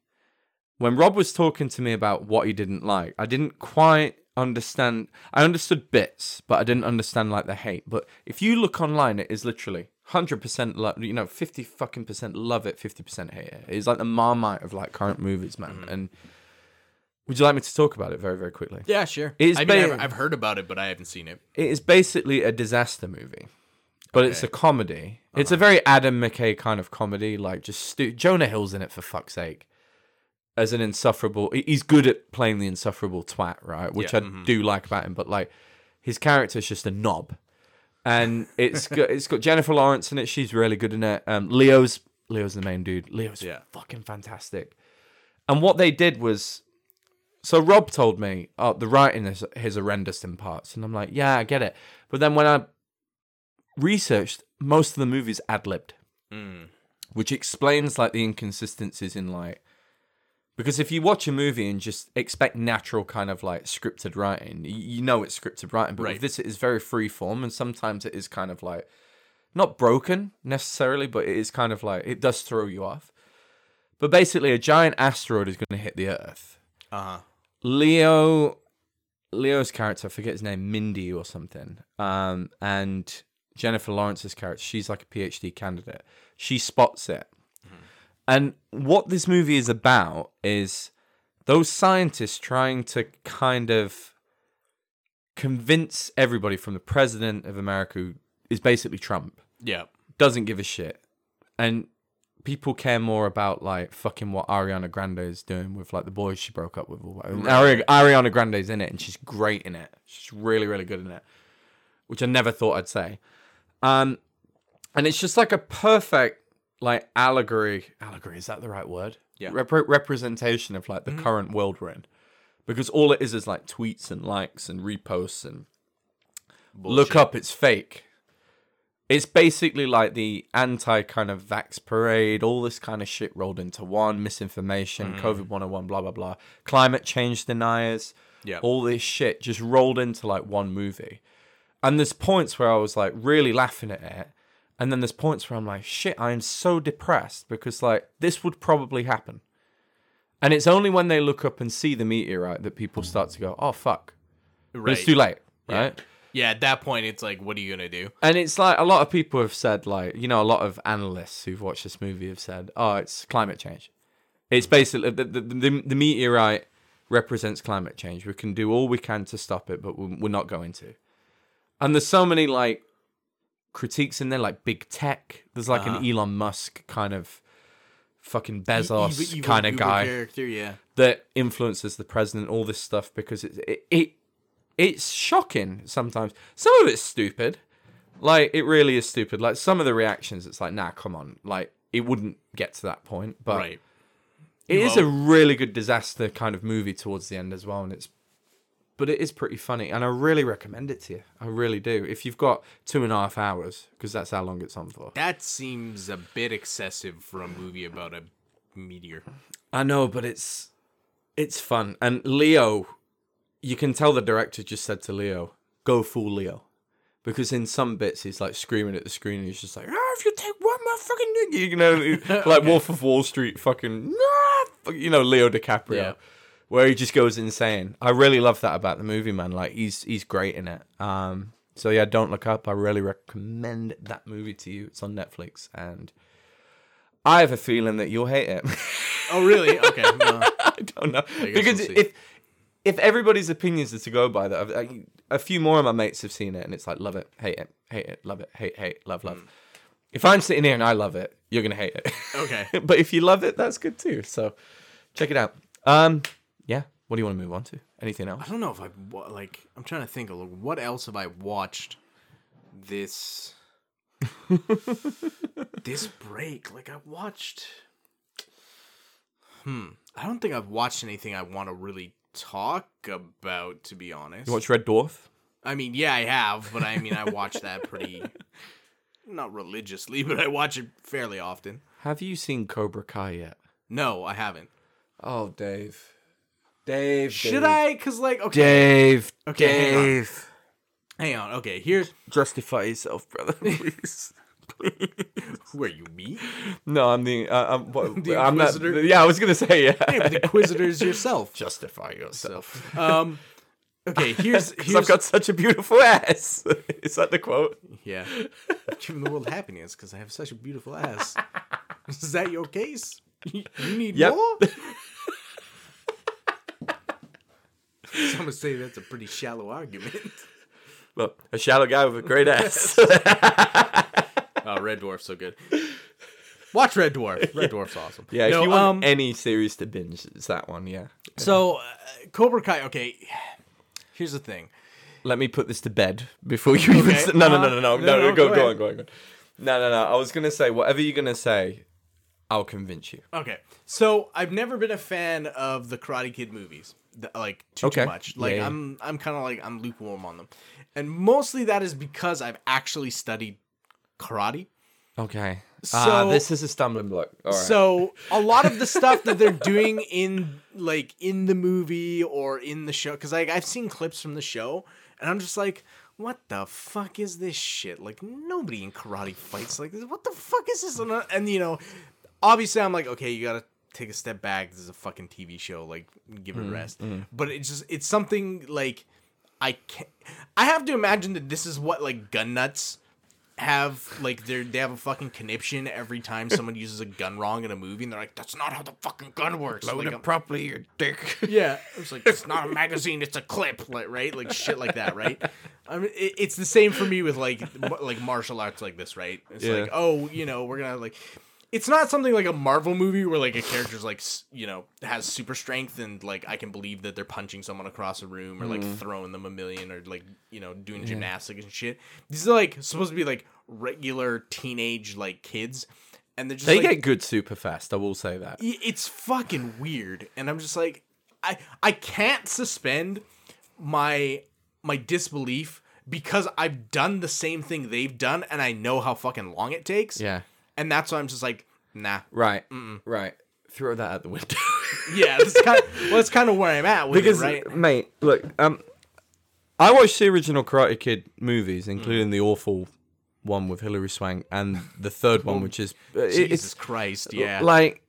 S1: When Rob was talking to me about what he didn't like, I didn't quite understand. I understood bits, but I didn't understand like the hate. But if you look online, it is literally 100% love, you know, 50 fucking percent love it, 50% hate it. It's like the marmite of like current movies, man.
S2: Mm-hmm.
S1: And would you like me to talk about it very, very quickly?
S2: yeah, sure.
S1: It's
S2: I mean, I've,
S1: ba-
S2: I've heard about it, but I haven't seen it.
S1: it is basically a disaster movie, but it's a
S2: Okay.
S1: comedy. It's a very Adam McKay kind of comedy, like just stu- Jonah Hill's in it for fuck's sake, as an insufferable. he- He's good at playing the insufferable twat, right? Which
S2: Yeah, mm-hmm.
S1: I do like about him, but like his character's just a knob, and it's got it's got Jennifer Lawrence in it. She's really good in it. Um, Leo's Leo's the main dude. Leo's
S2: Yeah.
S1: fucking fantastic. And what they did was So Rob told me, "Oh, the writing is, is horrendous in parts," and I'm like, "Yeah, I get it." But then when I researched, most of the movie's ad libbed,
S2: Mm.
S1: which explains like the inconsistencies in like because if you watch a movie and just expect natural kind of like scripted writing, y- you know it's scripted writing. But
S2: Right.
S1: with this, it is very free form, and sometimes it is kind of like not broken necessarily, but it is kind of like it does throw you off. But basically, a giant asteroid is going to hit the Earth.
S2: Uh huh.
S1: Leo Leo's character, I forget his name, Mindy or something. Um, and Jennifer Lawrence's character, she's like a PhD candidate. She spots it. And what this movie is about is those scientists trying to kind of convince everybody from the president of America who is basically Trump
S2: Yeah.
S1: doesn't give a shit. And people care more about like fucking what Ariana Grande is doing with like the boys she broke up with or whatever. And Ari- Ariana Grande's in it and she's great in it. She's really, really good in it. Which I never thought I'd say. Um and it's just like a perfect like allegory allegory, is that the right word?
S2: Yeah.
S1: Repre- representation of like the current world we're in. Because all it is is like tweets and likes and reposts and look up it's fake it's basically like the anti kind of vax parade all this kind of shit rolled into one misinformation covid 101 blah blah blah climate change deniers
S2: Yeah.
S1: all this shit just rolled into like one movie and there's points where i was like really laughing at it and then there's points where i'm like shit i am so depressed because like this would probably happen and it's only when they look up and see the meteorite that people start to go oh fuck But
S2: Right.
S1: it's too late right
S2: Yeah. At that point, it's like, what are you gonna do?
S1: and it's like a lot of people have said, like, you know, a lot of analysts who've watched this movie have said, oh, it's climate change.
S2: Mm.
S1: It's basically the, the, the, the meteorite represents climate change. We can do all we can to stop it, but we're we're not going to. And there's so many like critiques in there, like big tech. There's like
S2: Ah.
S1: an Elon Musk kind of
S2: E-,
S1: fucking Bezos
S2: Evil- evil-
S1: kind of
S2: evil
S1: guy
S2: Character. Yeah.
S1: that influences the president, all this stuff, because it, it, it it's shocking sometimes. Some of it's stupid. Like, it really is stupid. Like, some of the reactions, it's like, nah, come on. Like, it wouldn't get to that point. But
S2: Right.
S1: it is a
S2: Well-
S1: really good disaster kind of movie towards the end as well. And it's, but it is pretty funny. And I really recommend it to you. I really do. If you've got two and a half hours, because that's how long it's on for.
S2: That seems a bit excessive for a movie about a meteor.
S1: I know, but it's it's fun. And Leo, you can tell the director just said to Leo, "Go full Leo," because in some bits he's like screaming at the screen, and he's just like, "Ah, "If you take one more fucking, thing," you know, like Wolf of Wall Street, fucking, "Ah," fuck- you know, Leo DiCaprio."
S2: Yeah.
S1: Where he just goes insane. I really love that about the movie, man. Like he's he's great in it. Um, so yeah, don't look up. I really recommend that movie to you. It's on Netflix, and I have a feeling that you'll hate it.
S2: Oh, really? Okay. no.
S1: I don't know because
S2: we'll see.
S1: if if everybody's opinions are to go by that, I've, I, a few more of my mates have seen it and it's like love it, hate it, hate it, love it, hate, hate, love,
S2: Mm.
S1: love. If I'm sitting here and I love it, you're gonna hate it.
S2: Okay.
S1: but if you love it, that's good too. So check it out. Um, yeah. What do you want to move on to? Anything else?
S2: I don't know if I wa- like. I'm trying to think. Of, what else have I watched this this break? Like I watched. Hmm. I don't think I've watched anything I want to really talk about. To be honest,
S1: You watch Red Dwarf?
S2: I mean, yeah, I have, but I mean, I watch that pretty not religiously, but I watch it fairly often.
S1: Have you seen Cobra Kai yet?
S2: No, I haven't.
S1: Oh, Dave. Dave.
S2: Should I? Cause like, okay,
S1: Dave.
S2: Okay, hang on.
S1: Dave.
S2: hang on. Okay, here's
S1: Justify yourself, brother, please.
S2: where you meet
S1: No, I'm the uh, I'm what,
S2: The
S1: I'm not.
S2: Inquisitor?
S1: Yeah, I was gonna say yeah.
S2: the Inquisitors yourself.
S1: Justify yourself.
S2: Um, okay, here's
S1: Because
S2: here's
S1: I've got such a beautiful ass. Is that the quote?
S2: yeah. Give the world happiness because I have such a beautiful ass. Is that your case? You you need
S1: Yep.
S2: more. I'm gonna say that's a pretty shallow argument.
S1: Well, a shallow guy with a great ass.
S2: Oh, Red Dwarf's so good. Watch Red Dwarf. Red Dwarf's awesome.
S1: yeah, if
S2: No,
S1: you want
S2: um,
S1: any series to binge, it's that one. Yeah.
S2: So, uh, Cobra Kai. Okay, here's the thing.
S1: Let me put this to bed before you even.
S2: Okay.
S1: s- No, no, no, no, no,
S2: Uh,
S1: no, no,
S2: no,
S1: Go,
S2: go
S1: go
S2: ahead.
S1: on, go on, go on. No, no, no. I was gonna say whatever you're gonna say. I'll convince you.
S2: Okay, so I've never been a fan of the Karate Kid movies, th- like too,
S1: Okay.
S2: too much. Like
S1: Yeah, yeah.
S2: I'm, I'm kind of like I'm lukewarm on them, and mostly that is because I've actually studied karate.
S1: Okay. So
S2: So-
S1: Ah, this is a stumbling block. All right.
S2: So a lot of the stuff that they're doing in like in the movie or in the show, because like I've seen clips from the show, and I'm just like, what the fuck is this shit? Like nobody in karate fights like this. What the fuck is this? And, uh, and you know, obviously I'm like, okay, you gotta take a step back. This is a fucking TV show. Like give it
S1: Mm-hmm.
S2: a rest. But it's just it's something like I can't. I have to imagine that this is what like gun nuts have like they they have a fucking conniption every time someone uses a gun wrong in a movie, and they're like, "That's not how the fucking gun works." Like, I'm-
S1: properly, you dick.
S2: yeah, it's like it's not a magazine, it's a clip, like right, like shit like that, right? I mean, it, it's the same for me with like m- like martial arts like this, right? It's
S1: Yeah.
S2: like, oh, you know, we're gonna like. It's not something like a Marvel movie where like a character's like s- you know has super strength and like I can believe that they're punching someone across a room or like throwing them a million or like you know doing gymnastics and shit. These are like supposed to be like regular teenage like kids, and they're just
S1: They
S2: like,
S1: get good super fast. I will say that.
S2: i- it's fucking weird and i'm just like i i can't suspend my my disbelief because i've done the same thing they've done and i know how fucking long it takes
S1: Yeah.
S2: and that's why i'm just like nah
S1: Right. Right. Throw that out the window.
S2: yeah that's kind of, well that's kind of where i'm at with
S1: because,
S2: it right
S1: mate, look, um, I watched the original Karate Kid movies, including the awful one with Hilary Swank and the third one, which is uh, it-
S2: jesus
S1: it's
S2: christ yeah
S1: like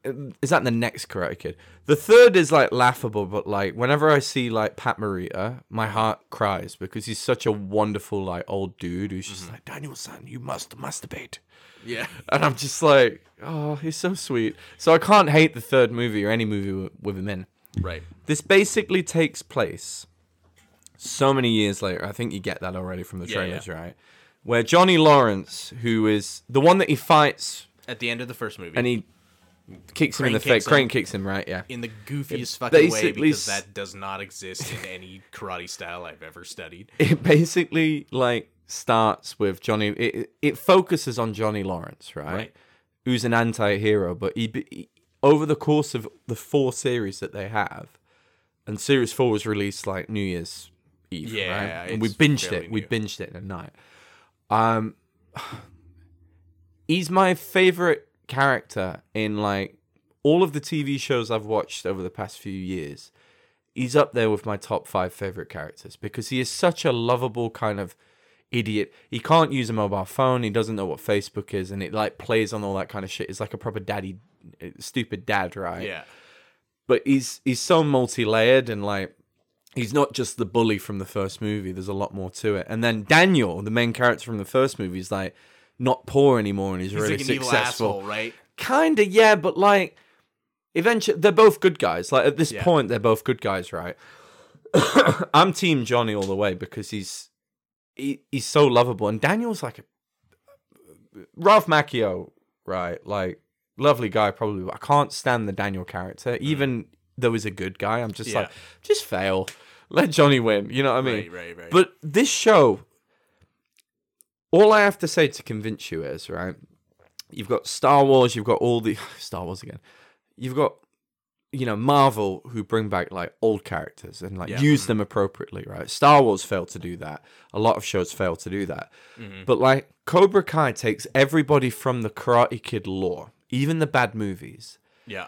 S1: is that the next Karate Kid? The third is like laughable, but like whenever I see like Pat Morita, my heart cries because he's such a wonderful like old dude who's just like Daniel son, you must masturbate.
S2: yeah
S1: And I'm just like, oh, he's so sweet. So I can't hate the third movie or any movie wi- with him in.
S2: right
S1: This basically takes place so many years later. I think you get that already from the
S2: Yeah, yeah.
S1: trailers, right? Where Johnny Lawrence, who is the one that he fights
S2: at the end of the first movie
S1: and he kicks him in
S2: Crane
S1: the face,
S2: kicks him.
S1: crane kicks him, right? Yeah.
S2: in the goofiest fucking way
S1: basically
S2: because
S1: s-
S2: that does not exist in any karate style i've ever studied
S1: It basically like starts with Johnny. It it- it focuses on Johnny Lawrence, right?
S2: Right.
S1: Who's an anti-hero, but he, be- he over the course of the four series that they have, and series four was released like New Year's Eve,
S2: Yeah,
S1: right? And we
S2: it's
S1: binged
S2: fairly
S1: it. We
S2: new.
S1: binged it at night. Um, he's my favorite character in like all of the TV shows I've watched over the past few years he's up there with my top five favorite characters because he is such a lovable kind of idiot. He can't use a mobile phone. He doesn't know what Facebook is, and it like plays on all that kind of shit. It's like a proper daddy, uh, stupid dad, right?
S2: yeah
S1: But he's he's so multi layered and like. He's not just the bully from the first movie. There's a lot more to it. And then Daniel, the main character from the first movie, is like not poor anymore and he's,
S2: he's
S1: really
S2: like an
S1: successful
S2: evil asshole right
S1: kind of yeah but like eventually they're both good guys like at this
S2: Yeah.
S1: point they're both good guys right i'm team johnny all the way because he's he, he's so lovable and daniel's like a ralph macchio right like lovely guy probably but i can't stand the daniel character even though he's a good guy i'm just
S2: Mm. Yeah.
S1: like just fail let johnny win you know what i mean
S2: right right right
S1: but this show, all I have to say to convince you is right. You've got Star Wars. You've got all the Star Wars again. You've got you know Marvel who bring back like old characters and like
S2: Yeah. Mm-hmm.
S1: use them appropriately, right? Star Wars failed to do that. A lot of shows fail to do that.
S2: Mm-hmm.
S1: But like Cobra Kai takes everybody from the Karate Kid lore, even the bad movies,
S2: yeah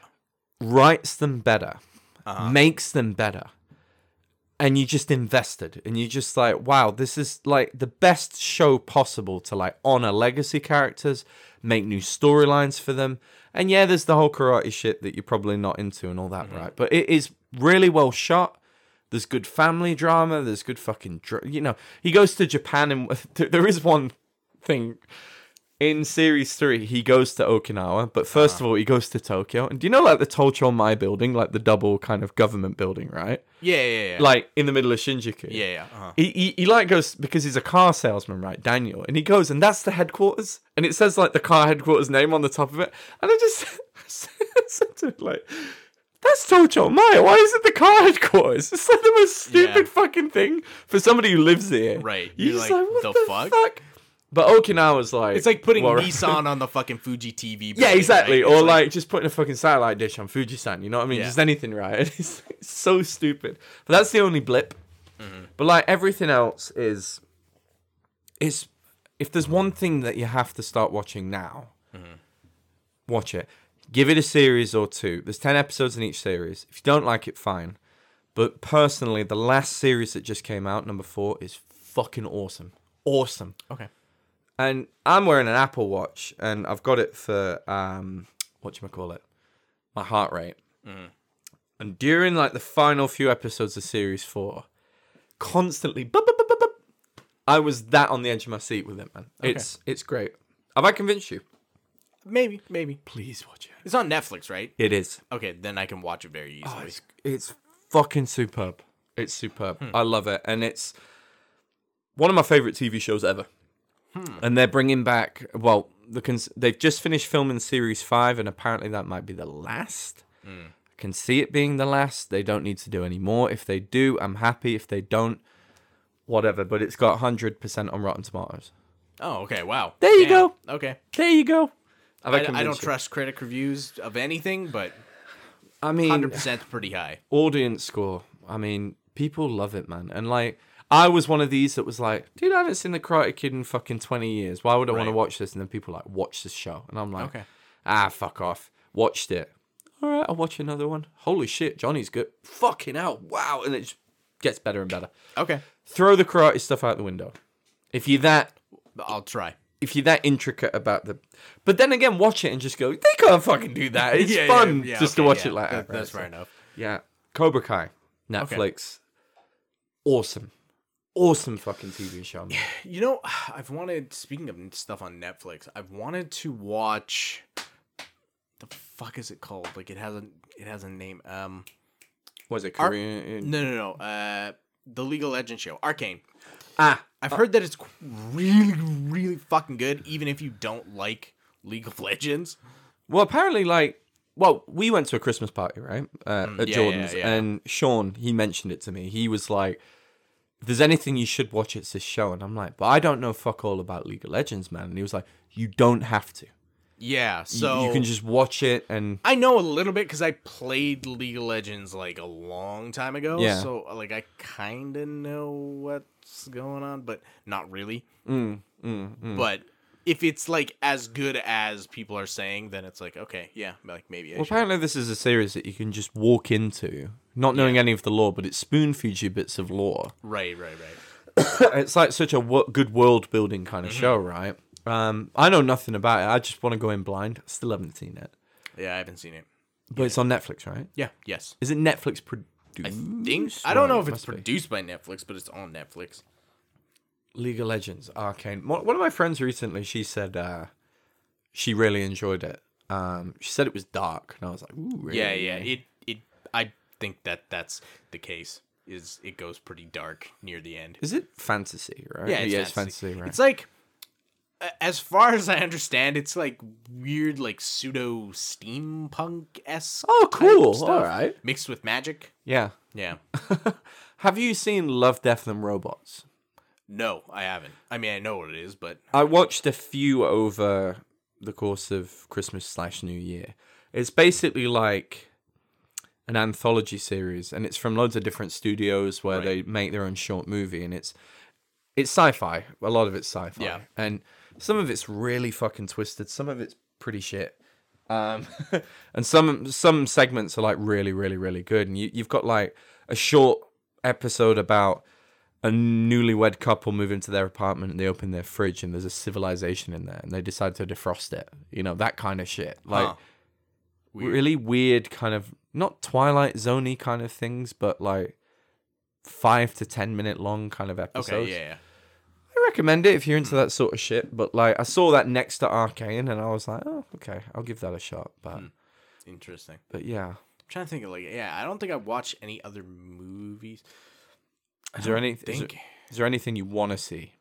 S1: writes them better, makes them better. And you just invested and you just like, wow, this is like the best show possible to like honor legacy characters, make new storylines for them. And yeah, there's the whole karate shit that you're probably not into and all that, right? But it is really well shot. There's good family drama. There's good fucking, dr- you know, he goes to Japan and there there is one thing in series three, he goes to Okinawa, but 1st
S2: Ah.
S1: of all, he goes to Tokyo. And do you know, like the Tocho Mai building, like the double kind of government building, right?
S2: Yeah, yeah, yeah.
S1: Like in the middle of Shinjuku.
S2: yeah, yeah. Uh-huh.
S1: He, he, he like goes because he's a car salesman, right, Daniel? And he goes, and that's the headquarters, and it says like the car headquarters name on the top of it, and I just said to him, like, "That's Tocho Mai. Why is it the car headquarters? It's like the most stupid
S2: Yeah.
S1: fucking thing for somebody who lives here,
S2: Right.
S1: You're,
S2: You're
S1: just
S2: like,
S1: like, what
S2: "The
S1: the,
S2: fuck?"
S1: fuck? But Okinawa's like
S2: It's like putting
S1: well,
S2: Nissan on the fucking Fuji TV.
S1: Yeah,
S2: bracket,
S1: exactly.
S2: right?
S1: Or
S2: It's
S1: like, just putting a fucking satellite dish on Fujisan. You know what I mean?
S2: Yeah.
S1: Just anything, right? It's, it's so stupid. But that's the only blip. But like everything else is, is if there's one thing that you have to start watching now, watch it. Give it a series or two. There's ten episodes in each series. If you don't like it, fine. But personally, the last series that just came out, number four, is fucking awesome. Awesome
S2: okay.
S1: and I'm wearing an Apple Watch, and I've got it for um, what you call it, my heart rate. And during like the final few episodes of series four, constantly, bup, bup, bup, bup, bup, I was that on the edge of my seat with it, man. It's it's great. Have I convinced you?
S2: Maybe, maybe.
S1: Please watch it.
S2: It's on Netflix, right?
S1: It is.
S2: Okay, then I can watch it very easily.
S1: Oh, It's, it's fucking superb. It's superb.
S2: Hmm.
S1: I love it, and it's one of my favorite TV shows ever.
S2: Hmm.
S1: And they're bringing back. Well, the cons- they've just finished filming series five, and apparently that might be the last.
S2: Hmm.
S1: I can see it being the last. They don't need to do any more. If they do, I'm happy. If they don't, whatever. But it's got hundred percent on Rotten Tomatoes.
S2: oh, okay. Wow.
S1: There you
S2: Damn. Okay.
S1: There you go. Have
S2: I, I don't
S1: convinced you?
S2: trust critic reviews of anything, but
S1: I mean,
S2: 100% is pretty high.
S1: audience score. I mean, people love it, man. And like, I was one of these that was like, dude, I haven't seen the Karate Kid in fucking twenty years. Why would I want to
S2: Right.
S1: watch this? And then people are like, watch this show, and I'm like,
S2: Okay.
S1: ah, fuck off. Watched it. All right, I'll watch another one. Holy shit, Johnny's good. Fucking hell, wow, and it just gets better and better.
S2: Okay.
S1: Throw the karate stuff out the window. If you're that,
S2: I'll try.
S1: if you're that intricate about the, but then again, watch it and just go, they can't fucking do that. It's
S2: Yeah,
S1: fun
S2: yeah, yeah,
S1: just to
S2: okay,
S1: watch
S2: yeah.
S1: it like
S2: That-
S1: that.
S2: That's
S1: So-
S2: fair enough.
S1: yeah. Cobra Kai, Netflix. Awesome. Awesome fucking TV show. man.
S2: You know, I've wanted. Speaking of stuff on Netflix, I've wanted to watch. The fuck is it called? Like it has a it has a name. Um,
S1: Was it
S2: Ar-
S1: Korean?
S2: no, no, no. Uh, the League of Legends show, Arcane.
S1: ah,
S2: I've heard that it's really, really fucking good, even if you don't like League of Legends.
S1: well, apparently, like, well, we went to a Christmas party, right? Uh, at
S2: Mm, yeah,
S1: Jordan's.
S2: yeah, yeah.
S1: And Sean, he mentioned it to me. He was like, if there's anything you should watch, it's this show. And I'm like, but I don't know fuck all about League of Legends, man. And he was like, you don't have to.
S2: Yeah,
S1: So,
S2: so
S1: you can just watch it and.
S2: I know a little bit because I played League of Legends like a long time ago.
S1: Yeah.
S2: So like I kind of know what's going on, but not really.
S1: Mm,
S2: But if it's like as good as people are saying, then it's like okay, yeah, like maybe. I
S1: Well,
S2: should.
S1: apparently, this is a series that you can just walk into, not knowing any of the lore, but it spoon feeds you bits of lore.
S2: Right, right, right.
S1: it's like such a wo- good world building kind of
S2: Mm-hmm.
S1: show, right? Um, I know nothing about it. I just want to go in blind. Still haven't seen it,
S2: Yeah, I haven't seen it.
S1: but it's on Netflix, right?
S2: Yeah. Yes.
S1: Is it Netflix produced? I
S2: Ding. I don't know if it's produced by Netflix, but it's on Netflix.
S1: League of Legends, Arcane. Mo- One of my friends recently, she said uh, she really enjoyed it. Um, she said it was dark, and I was like, Ooh, really?
S2: Yeah, yeah. It it I think that that's the case. Is it goes pretty dark near the end.
S1: Is it fantasy, right?
S2: Yeah, it's,
S1: yeah,
S2: fantasy.
S1: it's fantasy, right?
S2: It's like, a- as far as I understand, it's like weird, like pseudo steampunk esque.
S1: Oh, cool. All right.
S2: Mixed with magic.
S1: yeah.
S2: Yeah.
S1: Have you seen Love, Death, and Robots?
S2: No, I haven't. I mean, I know what it is, but
S1: I watched a few over the course of Christmas slash New Year. It's basically like an anthology series, and it's from loads of different studios where they make their own short movie, and it's it's sci-fi. A lot of it's sci-fi,
S2: Yeah.
S1: and some of it's really fucking twisted. Some of it's pretty shit. Um, and some some segments are like really, really, really good. And you, you've got like a short episode about a newlywed couple move into their apartment and they open their fridge and there's a civilization in there and they decide to defrost it. You know, that kind of shit. Like
S2: Huh. Weird.
S1: really weird kind of not Twilight Zoney kind of things, but like five to ten minute long kind of episodes.
S2: okay, yeah, Hmm. yeah.
S1: I recommend it if you're into that sort of shit. But like I saw that next to Arcane and I was like, Oh, okay, I'll give that a shot. But
S2: Hmm. Interesting.
S1: but yeah.
S2: I'm trying to think of like, yeah, I don't think I've watched any other movies.
S1: Is there any is there-
S2: think-
S1: is there anything you wanna see?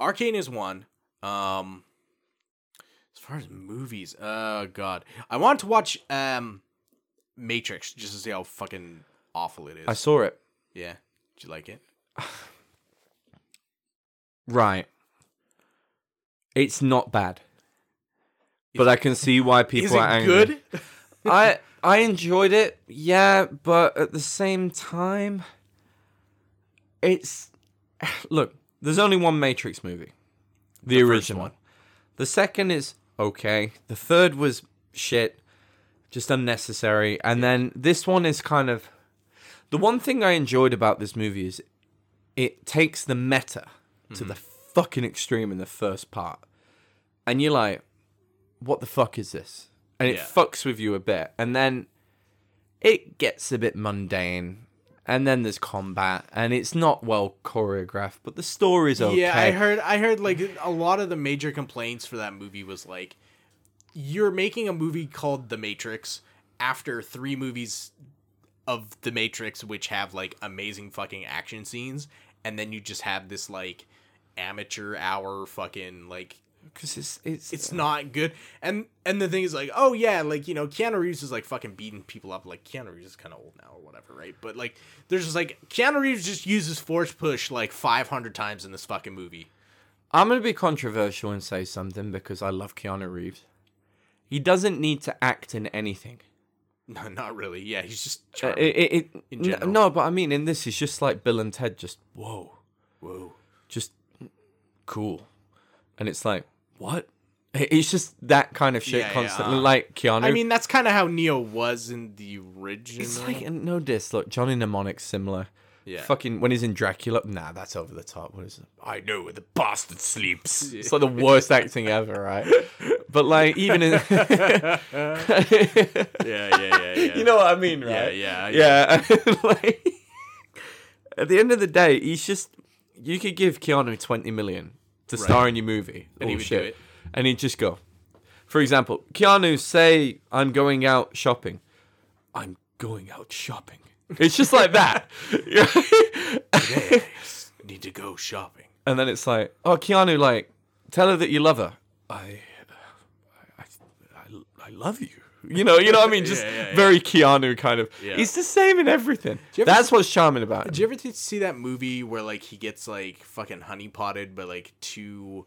S2: Arcane is one. Um as far as movies, oh god. I wanted to watch um Matrix just to see how fucking awful it is.
S1: I saw it.
S2: yeah. Did you like it?
S1: Right. It's not bad, but I can see why people
S2: Is
S1: are
S2: it
S1: angry.
S2: good?
S1: I I enjoyed it, yeah, but at the same time, it's look. There's only one Matrix movie, the, original.
S2: one.
S1: The second is okay. The third was shit, just unnecessary. And then this one is kind of the one thing I enjoyed about this movie is it takes the meta to the fucking extreme in the first part, and you're like, what the fuck is this? And it
S2: Yeah.
S1: fucks with you a bit. And then it gets a bit mundane. And then there's combat, and it's not well choreographed, but the story's okay.
S2: Yeah, I heard. I heard like a lot of the major complaints for that movie was like, you're making a movie called The Matrix after three movies of The Matrix, which have like amazing fucking action scenes, and then you just have this like amateur hour fucking like
S1: 'Cause it's it's
S2: it's not good. And and the thing is like, oh yeah, like you know, Keanu Reeves is like fucking beating people up. Like Keanu Reeves is kind of old now or whatever, right? But like, there's just like Keanu Reeves just uses force push like 500 times in this fucking movie.
S1: I'm going to be controversial and say something because I love Keanu Reeves. He doesn't need to act in anything.
S2: No, not really. Yeah, he's just
S1: Uh,
S2: charming.
S1: It, it, it-
S2: In
S1: n-
S2: general.
S1: no, but I mean, in this, he's just like Bill and Ted, just whoa,
S2: whoa.
S1: just cool. And it's like, what? It- It's just that kind of shit
S2: Yeah, yeah,
S1: constantly.
S2: uh.
S1: like Keanu.
S2: I mean, that's kind of how Neo was in the original.
S1: it's like, and no diss. Look, Johnny Mnemonic similar.
S2: Yeah.
S1: Fucking when he's in Dracula, nah, that's over the top. What is it?
S2: I know where the bastard sleeps.
S1: It's like the worst acting ever, right? But like even in,
S2: yeah, yeah, yeah, yeah.
S1: you know what I mean, right?
S2: yeah,
S1: yeah. like, at the end of the day, he's just you could give Keanu twenty million to star in your movie, and
S2: he would do it.
S1: and he'd just go. For example, Keanu say, "I'm going out shopping." I'm going out shopping. It's just like that,
S2: Need to go shopping.
S1: and then it's like, "Oh, Keanu, like, tell her that you love her." I, I, I, I love you. You know, you know what I mean? Just
S2: Yeah, yeah, yeah.
S1: very Keanu kind of.
S2: Yeah.
S1: He's the same in everything.
S2: you ever
S1: That's what's charming about. him.
S2: Did you ever see that movie where like he gets like fucking honey potted by like two?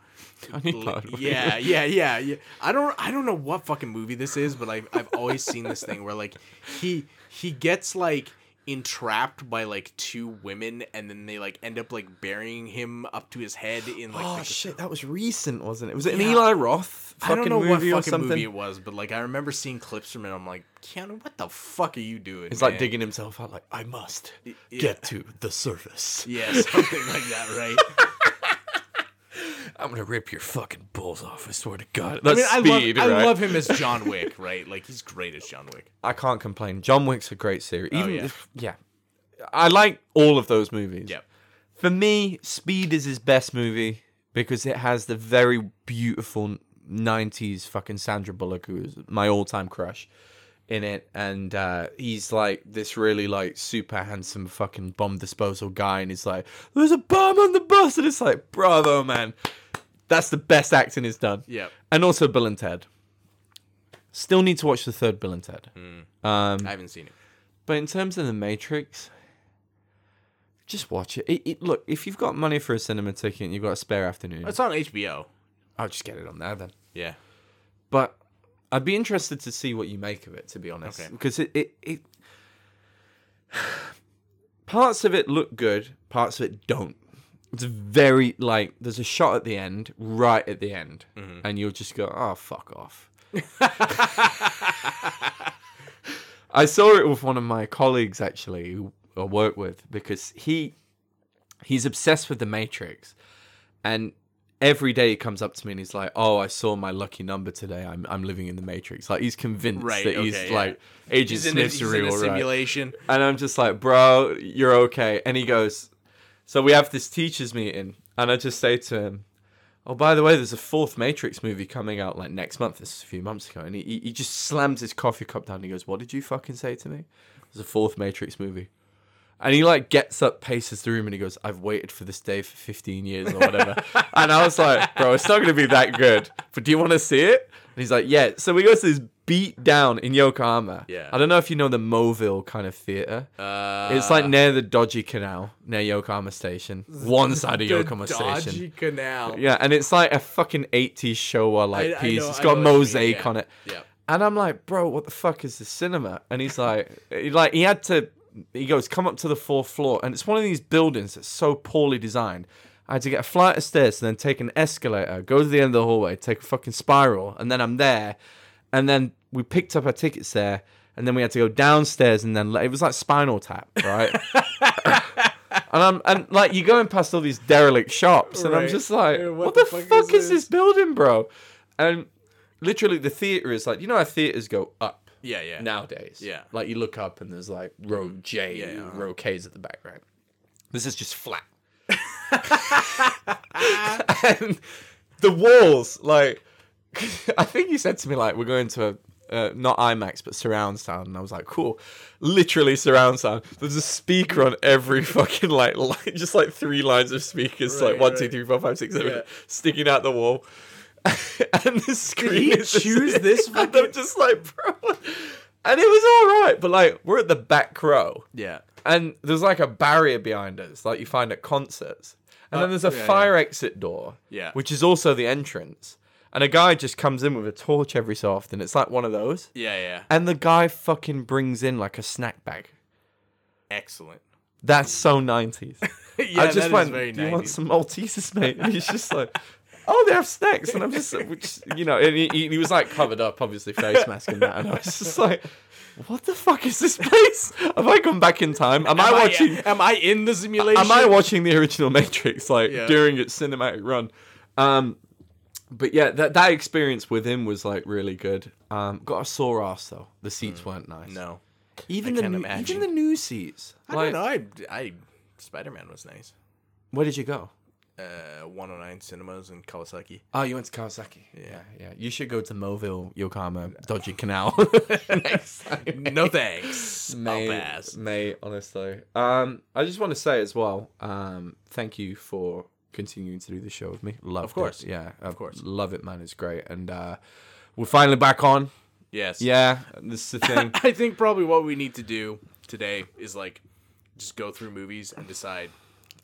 S1: Honey pot, what
S2: yeah, yeah, yeah, yeah. I don't, I don't know what fucking movie this is, but like I've always seen this thing where like he he gets like entrapped by like two women, and then they like end up like burying him up to his head in like.
S1: Oh
S2: the,
S1: shit, that was recent, wasn't it? Was it an
S2: Yeah.
S1: Eli Roth
S2: I
S1: fucking
S2: don't know what
S1: movie or
S2: fucking
S1: something?
S2: movie it was, but like I remember seeing clips from it. I'm like, Keanu, what the fuck are you doing?
S1: He's like
S2: man?"
S1: digging himself out, like I must
S2: yeah.
S1: get to the surface.
S2: Yeah, something like that, right?
S1: I'm gonna rip your fucking balls off. I swear to God.
S2: I mean,
S1: That's
S2: I
S1: speed,
S2: love,
S1: right?
S2: I love him as John Wick, right? Like he's great as John Wick.
S1: I can't complain. John Wick's a great series. Even
S2: Oh, yeah.
S1: if, yeah, I like all of those movies.
S2: Yep.
S1: For me, Speed is his best movie because it has the very beautiful 90s fucking Sandra Bullock, who is my all time crush, in it. And uh, he's like this really like super handsome fucking bomb disposal guy. And he's like, there's a bomb on the bus. And it's like, bravo, man. That's the best acting he's done.
S2: Yep.
S1: And also Bill and Ted. Still need to watch the third Bill and Ted.
S2: I haven't seen it.
S1: But in terms of the Matrix, just watch it. It, it. Look, if you've got money for a cinema ticket and you've got a spare afternoon,
S2: It's on HBO.
S1: I'll just get it on there then.
S2: Yeah.
S1: But I'd be interested to see what you make of it, to be honest,
S2: Okay.
S1: because it, it it parts of it look good, parts of it don't. It's very like there's a shot at the end, right at the end,
S2: Mm-hmm.
S1: and you'll just go, "Oh, fuck off." I saw it with one of my colleagues actually who I work with because he he's obsessed with the Matrix, and every day he comes up to me and he's like, "Oh, I saw my lucky number today. I'm I'm living in the Matrix." Like he's convinced
S2: Right,
S1: that he's
S2: okay, yeah.
S1: like Agent
S2: He's in, a,
S1: Smith's
S2: he's in
S1: real,
S2: a
S1: right?
S2: simulation.
S1: And I'm just like, bro, you're okay. And he goes, so we have this teachers meeting, and I just say to him, oh, by the way, there's a fourth Matrix movie coming out like next month. This is a few months ago, and he- he he just slams his coffee cup down. And he goes, what did you fucking say to me? There's a fourth Matrix movie. And he like gets up, paces the room, and he goes, "I've waited for this day for 15 years or whatever." and I was like, "Bro, it's not gonna be that good, but do you want to see it?" And he's like, "Yeah." So we go to this beat down in Yokohama.
S2: Yeah.
S1: I don't know if you know the Moville kind of theater.
S2: Uh,
S1: It's like near the dodgy canal, near Yokohama Station. One side of
S2: the
S1: Yokohama
S2: Dodgy
S1: Station.
S2: Canal.
S1: Yeah, and it's like a fucking 80s Showa like
S2: I- I
S1: piece.
S2: know-
S1: it's
S2: I
S1: got
S2: know what you mean,
S1: mosaic
S2: yeah.
S1: on it.
S2: Yeah.
S1: And I'm like, bro, what the fuck is this cinema? And he's like, he, like he had to, he goes, come up to the fourth floor, and it's one of these buildings that's so poorly designed. I had to get a flight of stairs and then take an escalator, go to the end of the hallway, take a fucking spiral, and then I'm there. And then we picked up our tickets there, and then we had to go downstairs, and then it was like Spinal Tap, right? and I'm and like you're going past all these derelict shops, and I'm
S2: Right.
S1: just like,
S2: Yeah,
S1: what, the, fuck, is, this building, bro? And literally, the theater is like you know how theaters go up
S2: Yeah. Yeah.
S1: nowadays.
S2: Yeah.
S1: like you look up and there's like row J,
S2: Yeah,
S1: and
S2: uh-huh.
S1: row K's at the back, right? This is just flat. and the walls, like, I think you said to me, like, we're going to a, uh, not IMAX, but surround sound. And I was like, cool. Literally surround sound. There's a speaker on every fucking, like, li- just like three lines of speakers,
S2: Right,
S1: like one, two,
S2: right.
S1: three, four, five, six, seven,
S2: Yeah.
S1: sticking out the wall. and the screen
S2: he
S1: is just-
S2: choose this
S1: And I'm just like, bro. And it was all right, but like, we're at the back row
S2: Yeah.
S1: and there's like a barrier behind us, like you find at concerts. And then there's a
S2: Uh, yeah, yeah.
S1: fire exit door,
S2: Yeah.
S1: which is also the entrance. And a guy just comes in with a torch every so often. It's like one of those.
S2: Yeah. Yeah.
S1: And the guy fucking brings in like a snack bag.
S2: Excellent.
S1: That's so 90s.
S2: yeah,
S1: I just
S2: that is
S1: went,
S2: very
S1: do you
S2: 90s."
S1: want some Maltesers, mate? And he's just like, oh, they have snacks. And I'm just, which, you know, and he, he was like covered up, obviously, face mask and that. And I was just like, what the fuck is this place? Have I come back in time? Am, I
S2: Am
S1: watching
S2: am I in the simulation?
S1: Am I watching the original Matrix like
S2: Yeah.
S1: during its cinematic run? Um, but yeah, that that experience with him was like really good. Um, got a sore ass though. The seats weren't nice.
S2: Mm. No.
S1: even
S2: I
S1: the
S2: can't
S1: new, even
S2: imagine.
S1: the new seats.
S2: I
S1: like,
S2: don't know. I, I Spider Man was nice.
S1: where did you go?
S2: Uh, 109 Cinemas in Kawasaki.
S1: Oh, you went to Kawasaki.
S2: Yeah.
S1: yeah. You should go to Moville, Yokohama, Dodgy Canal. Next time.
S2: no thanks. I'll pass.
S1: May, honestly. Um, I just want to say as well, um, thank you for continuing to do the show with me. Love Of
S2: course.
S1: Yeah. Of
S2: course.
S1: Love it, man. It's great. And uh, we're finally back on.
S2: Yes.
S1: Yeah. This is the thing.
S2: I think probably what we need to do today is like just go through movies and decide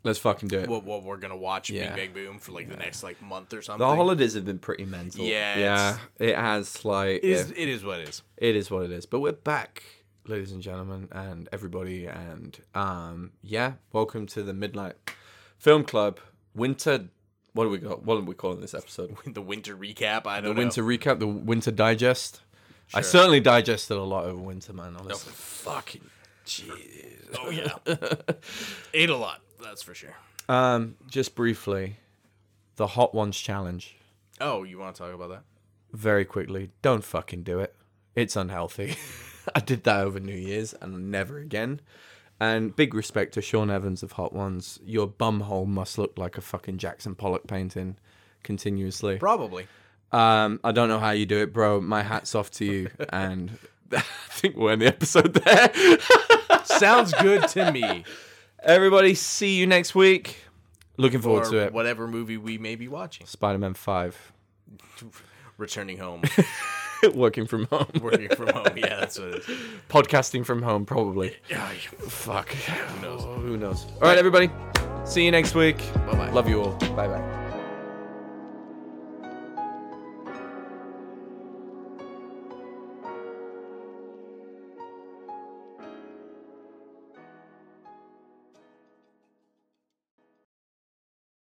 S1: Let's fucking do it.
S2: what what we're gonna watch.
S1: Yeah.
S2: Big Bang Boom for like the next like month or something.
S1: the holidays have been pretty mental.
S2: Yeah,
S1: Yeah. It has, like,
S2: it is it is what it is.
S1: it is what it is. But we're back, ladies and gentlemen, and everybody, and um, yeah, welcome to the Midnight Film Club Winter. What do we got? What are we calling this episode?
S2: The winter recap. I
S1: The
S2: don't know.
S1: winter recap, the winter digest. I
S2: Sure.
S1: certainly digested a lot over winter, man. Honestly,
S2: Fucking jeez. Oh yeah. Ate a lot. That's for sure.
S1: um, just briefly, the hot ones challenge.
S2: Oh, you want to talk about that?
S1: Very quickly, don't fucking do it. It's unhealthy. I did that over New Year's and never again. And big respect to Sean Evans of Hot Ones. Your bumhole must look like a fucking Jackson Pollock painting continuously.
S2: Probably.
S1: Um, I don't know how you do it, bro. My hat's off to you. And I think we're in the episode there.
S2: Sounds good to me.
S1: Everybody, see you next week. Looking
S2: or
S1: forward to it.
S2: whatever movie we may be watching.
S1: Spider Man 5,
S2: Returning home,
S1: working from home,
S2: working from home. Yeah, that's what it is.
S1: podcasting from home, probably.
S2: Yeah,
S1: Fuck. Who
S2: knows?
S1: Who knows? All right, everybody. See you next week.
S2: Bye-bye.
S1: Love you all. Bye bye.